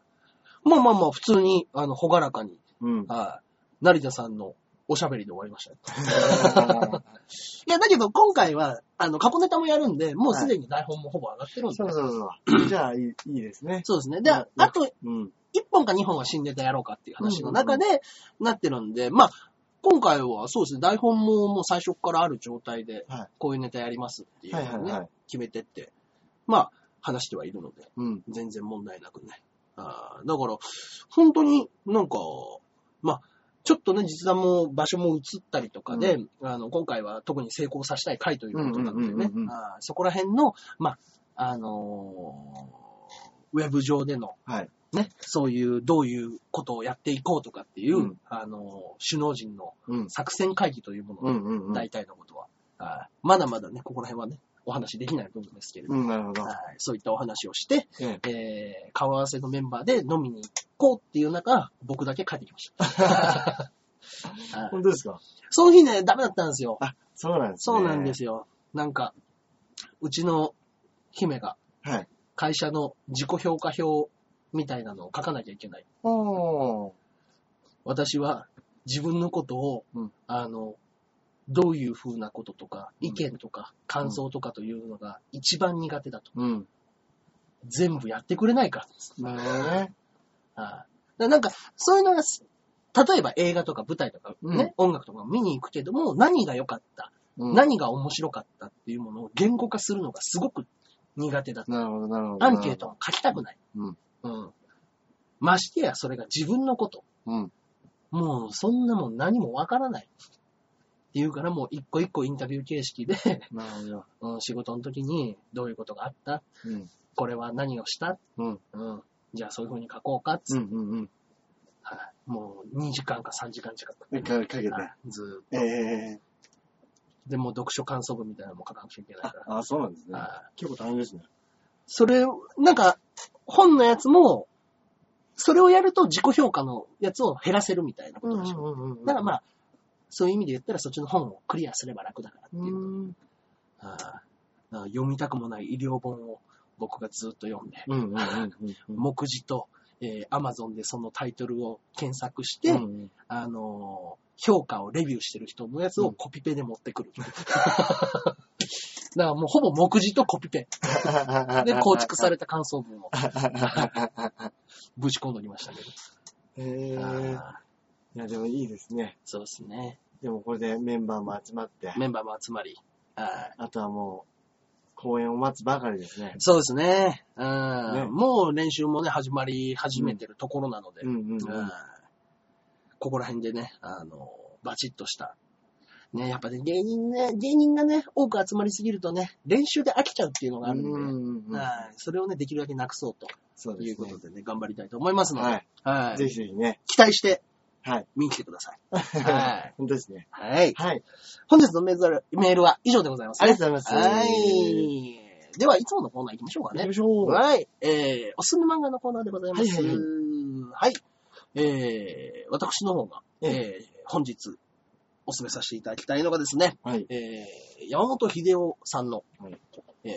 S1: まあまあまあ、普通に、あの、ほがらかに、
S2: うん、うん。
S1: はい。成田さんのおしゃべりで終わりましたよ。いや、だけど今回は、あの、過去ネタもやるんで、もうすでに台本もほぼ上がってるんで。
S2: そうそうそう。じゃあいい、いいですね。
S1: そうですね。で、
S2: うん
S1: あと
S2: うん。
S1: 1本か2本は新ネタやろうかっていう話の中でなってるんで、まあ、今回はそうですね、台本ももう最初からある状態で
S2: はい、
S1: こういうネタやりますっていう
S2: はいは
S1: の
S2: い
S1: をね、
S2: はい。
S1: 決めてって、まあ、話してはいるので、
S2: うん。
S1: 全然問題なくね。あーだから、本当になんか、まあ、ちょっとね、実弾も場所も移ったりとかで、あの、今回は特に成功させたい回ということなんで
S2: うんうん
S1: ね
S2: うんうんう、ん
S1: あーそこら辺の、まあ、あのーウェブ上での、
S2: はい。
S1: ね、そういう、どういうことをやっていこうとかっていう、
S2: うん
S1: あのー首脳陣の
S2: うん。
S1: 作戦会議というもので、
S2: うんうんうん。
S1: 大体のことは、あーまだまだね、ここら辺はね、お話できない部分ですけれども、
S2: うん、なるほど。
S1: はいそういったお話をして、
S2: え
S1: えー、顔合わせのメンバーで飲みに行こうっていう中、僕だけ帰ってきました。はい
S2: 本当ですか
S1: その日ね、ダメだったんですよ。
S2: あ、そうなんですね。
S1: そうなんで。すよ。なんか、うちの姫が
S2: はい。
S1: 会社の自己評価表みたいなのを書かなきゃいけない。
S2: おー。
S1: 私は自分のことを、
S2: うん
S1: あの、どういう風なこととか、
S2: うん
S1: 意見とか、感想とかというのが一番苦手だと。
S2: うん。
S1: 全部やってくれないか。
S2: なるほどね。
S1: はい。なんか、そういうのがす、例えば映画とか舞台とかね、音楽とか見に行くけども、何が良かった、
S2: うん
S1: 何が面白かったっていうものを言語化するのがすごく苦手だと。
S2: なるほど、なるほど。
S1: アンケート。も書きたくない。
S2: うん。
S1: うん。ましてや、それが自分のこと。
S2: うん。
S1: もう、そんなもん何もわからない。っていうから、もう一個一個インタビュー形式で、
S2: なるほど。
S1: うん、仕事の時にどういうことがあった
S2: うん。
S1: これは何をした
S2: うん。
S1: うん。じゃあそういう風に書こうかっつ
S2: う
S1: っ
S2: ん、うん、うん。
S1: はい。もう2時間か3時間近く。
S2: でかかけて。
S1: はいずーっ
S2: ええ
S1: と。で、もう読書感想文みたいなのも書かなくちゃいけないから。
S2: あ、そうなんですね。
S1: はい
S2: 結構大変ですね。
S1: それ、なんか、本のやつも、それをやると自己評価のやつを減らせるみたいなことらしい。
S2: んうん
S1: だからま
S2: あ、
S1: あ、そういう意味で言ったらそっちの本をクリアすれば楽だからっていうう。
S2: ん。
S1: ああだから読みたくもない医療本を僕がずっと読んで、
S2: うんうんうんうん。
S1: 目次と、えー、アマゾンでそのタイトルを検索して、
S2: うん
S1: あのー評価をレビューしてる人のやつをコピペで持ってく る。だからもうほぼ目次とコ ピペで構築された感想文をぶち込んでおりましたけど。
S2: へー
S1: ああ
S2: いや、でもいいですね。
S1: そうですね。
S2: でもこれでメンバーも集まって、
S1: メンバーも集まり。ああ
S2: あとはもう、公演を待つばかりですね。
S1: そうですね,、うん
S2: ね
S1: もう練習もね、始まり始めてるところなので、
S2: うんうんう
S1: う
S2: ん。
S1: んここら辺でね、あの、バチッとした。ね、やっぱね、芸人ね、芸人がね、多く集まりすぎるとね、練習で飽きちゃうっていうのがある
S2: うん
S1: で、
S2: んうんうん
S1: はいそれをね、できるだけなくそうと
S2: そう
S1: い
S2: で
S1: う
S2: す
S1: こ
S2: ね
S1: と。でね、頑張りたいと思いますので、
S2: は。
S1: はいい
S2: ぜひぜひね。
S1: 期待して
S2: はい。
S1: 見に来てください。はい。
S2: 本当ですね。
S1: はい。
S2: はい。
S1: 本日のメールメールは以上でございます、
S2: ありがとうございます。
S1: はい。では、いつものコーナー行きましょうかね
S2: 行き。ましょう。
S1: はい。えー、おすすめ漫画のコーナーでございます。は
S2: はいいはいは
S1: えー、私の方が、え
S2: え
S1: ー
S2: え
S1: 本日、おすすめさせていただきたいのがですね、
S2: はい。
S1: えー、山本秀夫さんの、
S2: はい
S1: えー、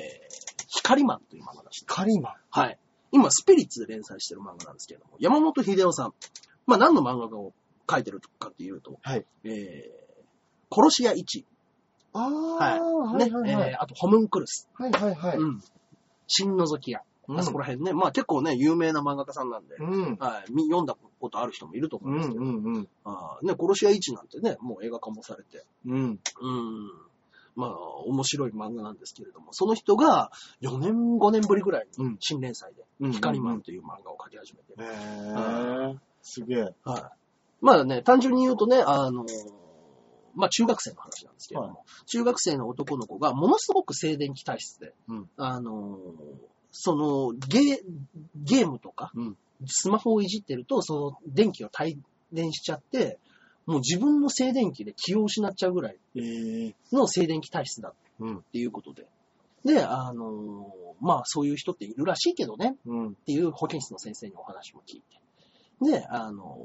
S1: 光マンという漫画でした。
S2: カリマン。
S1: はい。今、スピリッツで連載してる漫画なんですけれども、山本秀夫さん。まあ、何の漫画を書いてるかっていうと、
S2: はい。
S1: えー、殺し屋一、
S2: ああ、
S1: ね、えーあと、ホムンクルス、
S2: はいはいはい。
S1: うん。新覗き屋、あそこら辺ね、まあ結構ね、有名な漫画家さんなんで、
S2: うん。
S1: はい、み読んだことある人もいると思
S2: う
S1: うん
S2: ん
S1: ですけど、
S2: うんうん。
S1: あーね、殺し屋一なんてね、もう映画化もされて、
S2: うん。
S1: うん、まあ面白い漫画なんですけれども、その人が4年、5年ぶりぐらいに
S2: うん
S1: 新連載で、
S2: うん。
S1: 光マン。という漫画を描き始めて、
S2: へー。すげえ。
S1: はい。まあね、単純に言うとね、あのーまあ中学生の話なんですけれども、中学生の男の子がものすごく静電気体質で、
S2: うん
S1: あのーそのゲー、ゲームとか、
S2: うん
S1: スマホをいじってると、その電気を帯電しちゃって、もう自分の静電気で気を失っちゃうぐらい
S2: えー。
S1: の静電気体質だ
S2: うん。
S1: っていうことで。で、あのーまあそういう人っているらしいけどね、
S2: うん。
S1: っていう保健室の先生にお話も聞いて。で、あの、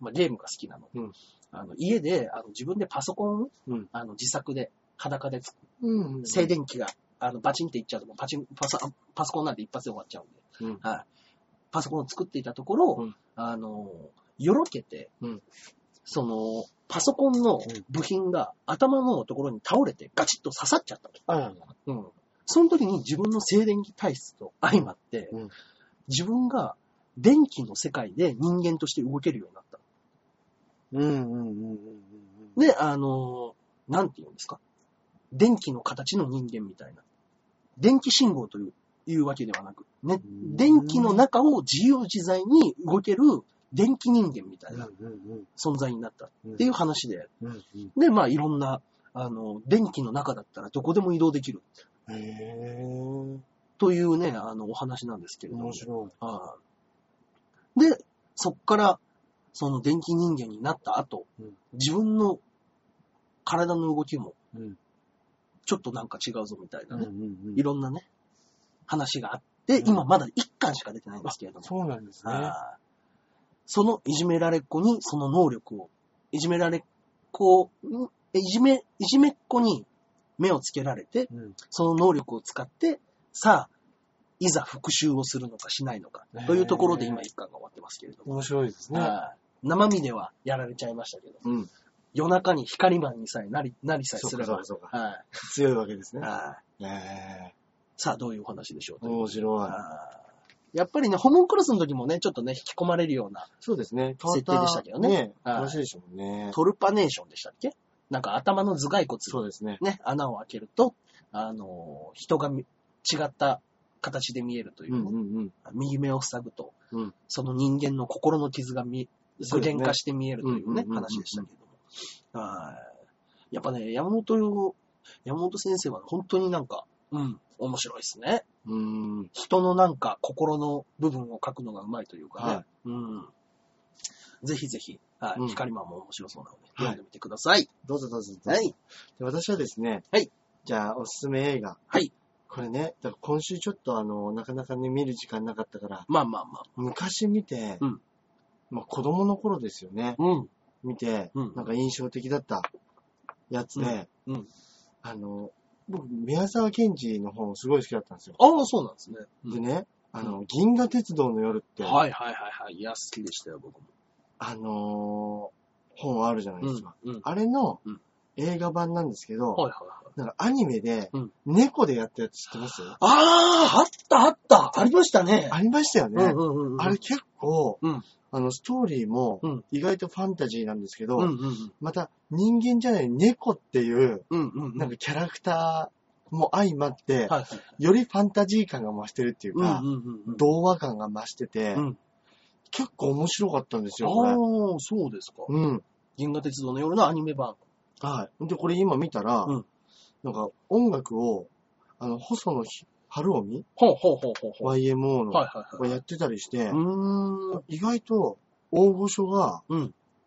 S1: まあ、ゲームが好きなので、
S2: うん
S1: あの家であの自分でパソコンを、
S2: うん
S1: あの自作で裸で作っ
S2: うん。
S1: 静電気があのバチンっていっちゃうともうパチンパソ、パソコンなんて一発で終わっちゃうんで、
S2: うん
S1: はい、パソコンを作っていたところ、
S2: うん
S1: あの、よろけて、
S2: うん
S1: その、パソコンの部品が頭のところに倒れてガチッと刺さっちゃったと。
S2: あらら。
S1: うん。その時に自分の静電気体質と相まって、
S2: うん
S1: 自分が電気の世界で人間として動けるようになった。
S2: うんうんうんうんうん。
S1: で、あのーなんて言うんですか電気の形の人間みたいな。電気信号という、いうわけではなく、ね、
S2: ん
S1: 電気の中を自由自在に動ける電気人間みたいな
S2: うんうん
S1: 存在になったっ
S2: うん。
S1: ていう話で、
S2: うんうん。
S1: で、まあいろんな、あの、電気の中だったらどこでも移動できる
S2: へえ。
S1: というね、あの、お話なんですけれども
S2: 面。白い。
S1: はいで、そっから、その電気人間になった後、
S2: うん
S1: 自分の体の動きも
S2: うん。
S1: ちょっとなんか違うぞみたいな
S2: うん
S1: ね、
S2: うん
S1: いろんなね、話があって、
S2: うん
S1: 今まだ1巻しか出てないんですけれど
S2: う
S1: も、
S2: ん。そうなんですね。
S1: はいそのいじめられっ子にその能力を、いじめられっ子に、いじめ、いじめっ子に目をつけられて、
S2: うん。
S1: その能力を使って、さあ、いざ復讐をするのかしないのか、というところで今1巻が終わってますけれども
S2: 面白いですね。
S1: はい生身ではやられちゃいましたけど、
S2: うん。
S1: 夜中に光マンにさえなり、なりさえ
S2: そ
S1: す
S2: う
S1: れ
S2: かそう
S1: ば
S2: か、そうか。
S1: は
S2: 強いわけです
S1: い
S2: ね。
S1: はい
S2: へえ。
S1: さあ、どういうお話でしょうという
S2: 面白い。
S1: はいやっぱりね、ホモンクロスの時もね、ちょっとね、引き込まれるような、
S2: そうですね。
S1: 設定でしたけどねはい
S2: 面白いでしょうね。
S1: トルパネーションでしたっけなんか頭の頭蓋骨に
S2: そうですね。
S1: ね、穴を開けると、あのー人がみ違った形で見えるというう、
S2: ん
S1: ね
S2: うんうん。
S1: 右目を塞ぐと、
S2: うん
S1: その人間の心の傷が見、具
S2: そうですね
S1: 現化して見えるというね、
S2: うんうんうんうん
S1: 話でしたけども。はい。やっぱね、山本、山本先生は本当になんか、うん、面白いですね。
S2: うーん。
S1: 人のなんか心の部分を描くのがうまいというかね。
S2: は
S1: うん。ぜひぜひ、はい、
S2: うん
S1: 光マンも面白そうなので、
S2: はい
S1: 読んでみてください。
S2: どうぞどうぞどうぞ。
S1: はい。
S2: で私はですね。
S1: はい。
S2: じゃあ、おすすめ映画。
S1: はい。
S2: これね、だから今週ちょっとあの、なかなかね、見る時間なかったから、
S1: まあまあまあ。
S2: 昔見て、
S1: うん
S2: まあ子供の頃ですよね。
S1: うん。
S2: 見て、
S1: うん
S2: なんか印象的だったやつで、
S1: うんうん
S2: あの、僕、宮沢賢治の本すごい好きだったんですよ。
S1: ああ、そうなんですね。
S2: でね、あの、銀河鉄道の夜って、
S1: はいはいはいはい。いや、好きでしたよ、僕も。
S2: あのー本あるじゃないですか。
S1: うん。
S2: あれの
S1: うん
S2: 映画版なんですけど、
S1: はいはいはい。
S2: なんかアニメで
S1: うん、
S2: 猫でやったやつ知ってます、
S1: ああ、あったあったありましたね。
S2: ありましたよね。
S1: うんうんうん。
S2: あれ結構、
S1: うん
S2: あの、ストーリーも
S1: うん、
S2: 意外とファンタジーなんですけど、
S1: うんうんうん。
S2: また人間じゃない猫っていう、
S1: うんうんうん。
S2: なんかキャラクターも相まっ
S1: は
S2: て、
S1: いはい。
S2: よりファンタジー感が増してるっていう
S1: うん
S2: か、
S1: うんうんうん。
S2: 童話感が増してて、
S1: うん
S2: 結構面白かったんですよ、これ。
S1: ああ、そうですか。
S2: うん。
S1: 銀河鉄道の夜のアニメ版。
S2: はい。で、これ今見たら、
S1: うん
S2: なんか音楽を、あの、細野ひ春臣
S1: ほうほうほうほうほう。はい
S2: ?YMO の、
S1: はいは
S2: が
S1: い。
S2: やってたりして、
S1: うーん。
S2: 意外と大御所が、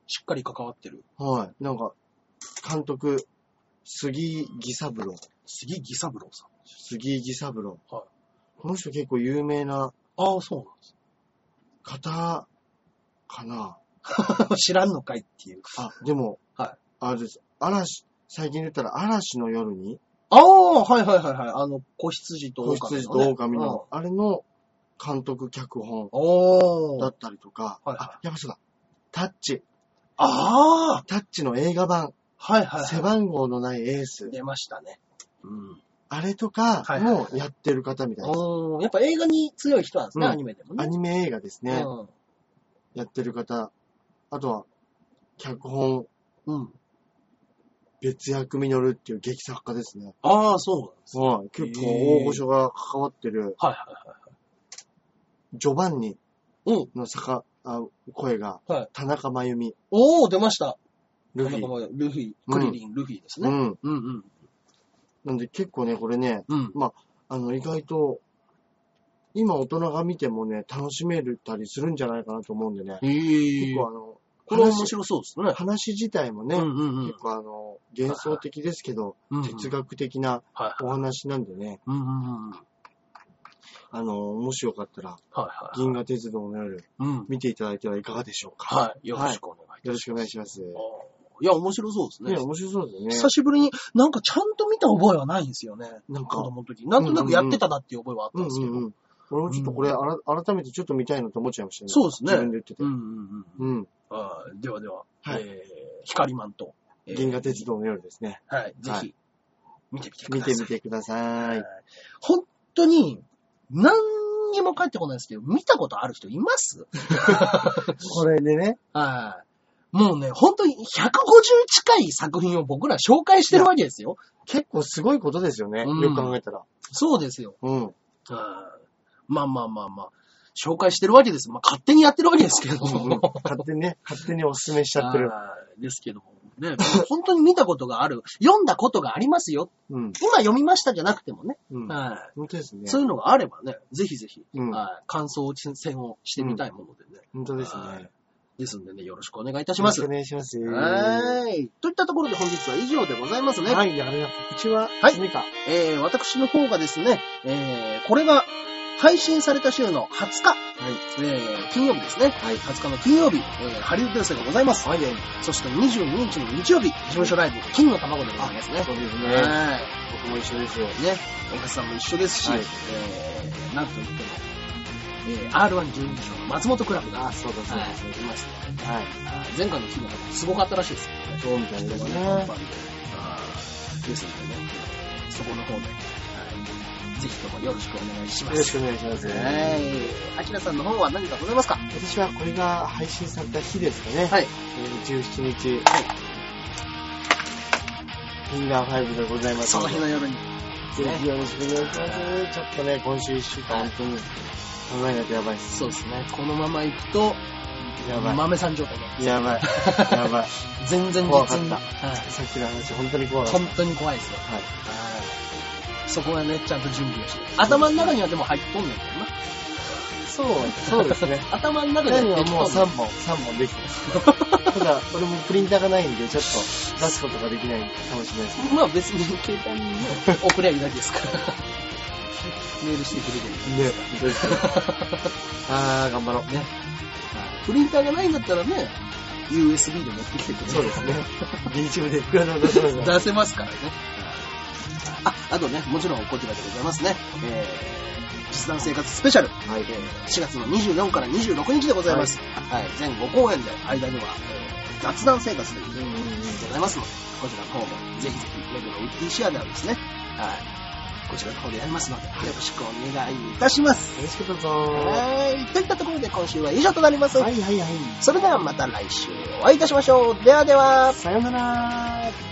S1: しっかり関わってる。
S2: はい、なんか、監督、杉義三郎。
S1: 杉義三郎さん。
S2: 杉義三郎。
S1: はい
S2: この人結構有名な
S1: ああ、そうなんです。
S2: 方かな。
S1: 知らんのかいっていう。
S2: あ、でも、
S1: はい
S2: あれです。嵐、最近で言ったら嵐の夜に、
S1: ああ、はいはいはいはい。あの、子羊と
S2: 子
S1: 狼の、ね。
S2: 羊と狼の、あれの監督脚
S1: う
S2: 本
S1: ん。お
S2: だ
S1: ー。
S2: ったりとか、
S1: はい
S2: あ、やばそうだ。タッチ。
S1: ああ
S2: タッチの映画版、
S1: はいはい、
S2: 背
S1: は
S2: 番号のないエース
S1: い。。出ましたね。うん。
S2: あれとか
S1: はいはい
S2: もやってる方みたいです。
S1: おーやっぱ映画に強い人なんですね、
S2: うん
S1: アニメでもね。
S2: アニメ映画ですね。
S1: うん
S2: やってる方、あとは、脚本、
S1: うん。
S2: 別役によるっていう劇作家ですね。
S1: ああ、そうなんです。
S2: はい。結構大御所が関わってる、
S1: はいはいはい。
S2: ジョバンニ
S1: うん
S2: の坂、あ声が、
S1: はい
S2: 田中真由美、
S1: おー、出ました。
S2: ルフィ。
S1: ィ。ルフィ。
S2: う
S1: ク
S2: ん
S1: リリン、ルフィです
S2: う
S1: ね。
S2: ん。
S1: うんうん。
S2: なんで結構ね、これね、
S1: うん。
S2: あの、意外と、今大人が見てもね、楽しめたりするんじゃないかなと思うんでね。
S1: へ
S2: 結
S1: え。
S2: 構あの、
S1: これは面白そうですね。
S2: 話自体もね、
S1: うんうんうん
S2: 結構あの、幻想的ですけど、
S1: うんうん。
S2: 哲学的な
S1: はい
S2: お話なんでね、
S1: うんうんうんうん。はい
S2: あの、もしよかったら、
S1: はい。
S2: 銀河鉄道の夜、
S1: うん。
S2: 見ていただいてはいかがでしょうか。
S1: はい。よろしくお願いいたします
S2: よろしくお願いします。ね、
S1: あーいや、面白そうですね。
S2: 面白そうです
S1: 久
S2: ね。
S1: しぶりに、なんかちゃんと見た覚えはないんですよね。
S2: なん
S1: 子
S2: か、
S1: 供の時。なんとなくやってたなっていう覚えはあった
S2: うんん
S1: ですけど。
S2: うんうん。俺もちょっとこれ、あら改めてちょっと見たいなと思っちゃいましたね。
S1: そうですね
S2: 自分で言ってて。
S1: うんうんうん。
S2: うん。
S1: あーではでは、
S2: はい
S1: えー、光マンと、えー
S2: 銀河鉄道の夜ですね。
S1: はい、ぜ
S2: は
S1: ひ、見てみてく
S2: 見
S1: ださい。
S2: てみてください。
S1: 本当に、何にも返ってこないですけど、見たことある人います
S2: これでね、
S1: はい。もうね、本当に150近い作品を僕ら紹介してるわけですよ。
S2: 結構すごいことですよね。
S1: うん
S2: よく考えたら。
S1: そうですよ。
S2: うん。
S1: はいまあまあまあまあ、紹介してるわけです。まあ勝手にやってるわけですけど。
S2: うん勝手 にね、勝手にお勧めしちゃってる。
S1: はいですけどもね、本当に見たことがある、読んだことがありますよ。
S2: うん。
S1: 今読みましたじゃなくてもね。
S2: うん。
S1: はい
S2: 本当ですね。
S1: そういうのがあればね、ぜひぜひ、
S2: うん
S1: はい感想戦をしてみたいものでね。
S2: 本当です
S1: はい
S2: ね。
S1: ですんでね、よろしくお願いいたします。
S2: よろ
S1: は
S2: くお願いします。
S1: ーい。といったところで本日は以上でございますね。
S2: はい、やるよ。うちは、
S1: はい
S2: 何か。
S1: えー、私の方がですね、えー、これが配信された週の20日、えー、金曜日ですね。
S2: はい。
S1: 20日の金曜日、えー、ハリウッド予選がございます。
S2: はい。はい。
S1: そして22日の日曜日、事務所ライブ、金の卵でございますね。
S2: そうですね。
S1: はい。
S2: 僕も一緒ですよ。
S1: ね、お客さんも一緒ですし、
S2: はい
S1: えー、なんといっても、えー、R1 準優勝の松本クラブが、
S2: あ、そうだそう
S1: は
S2: だ
S1: い、
S2: そう
S1: いますね。
S2: だ。はい。
S1: あー前回の金のすごかったらしいです
S2: そうみたい
S1: け
S2: で
S1: ど
S2: す
S1: ね。
S2: ね。
S1: あーですのでね、そこの方で、はいぜひともよろしくお願いし
S2: よ
S1: ま
S2: ろし
S1: す。
S2: くお願いします。
S1: はい。あきらさんの方は何かございますか
S2: 私はこれが配信された日ですかね。
S1: はい。
S2: えー17日。
S1: はい
S2: フィンガー5でございます
S1: その日の夜に。
S2: ぜひよろしくお願いします。ちょっとね、今週1週間本当に考えないとやばいです。
S1: そうですね。このまま行くと、
S2: やば
S1: 豆さん状態で。
S2: い。や ばい。やばい。
S1: 全然
S2: 怖かった
S1: はい。
S2: さっきの話、本当に怖かった。
S1: 本当に怖いですよ。
S2: はい。
S1: そこはね、ちゃんと準備をして。頭の中にはでも入っとんねんけどな。
S2: そう、そうですね。
S1: 頭の中
S2: 何
S1: には
S2: はもう
S1: さ
S2: 3本、3本できてます。ただ、俺もプリンターがないんで、ちょっと出すことができないかもしれないです。
S1: まあ別に携帯 にね、送りゃいいだけですから。メールしてくれてる。
S2: ね、本当 ですよ。あー、頑張ろう。
S1: ね。プリンターがないんだったらね、 USB で持ってきてくれる。
S2: そうですね。YouTube でいくらでも出せますから
S1: 出せますからね。あ、あとね、もちろんこちらでございますね。えー、実弾生活スペシャル。
S2: はい。
S1: 4月の24から26日でございます。はい。全5公演で、間には、えー雑談生活というのでございますので、こちらの方も、ぜひぜひ、レグのウッディシアではですね、はい。こちらの方でやりますので、よろしくお願いいたします。
S2: よろしくどうぞ。は
S1: はい。といったところで今週は以上となります。
S2: いはいはい。
S1: それではまた来週お会いいたしましょう。ではでは。
S2: さよなら。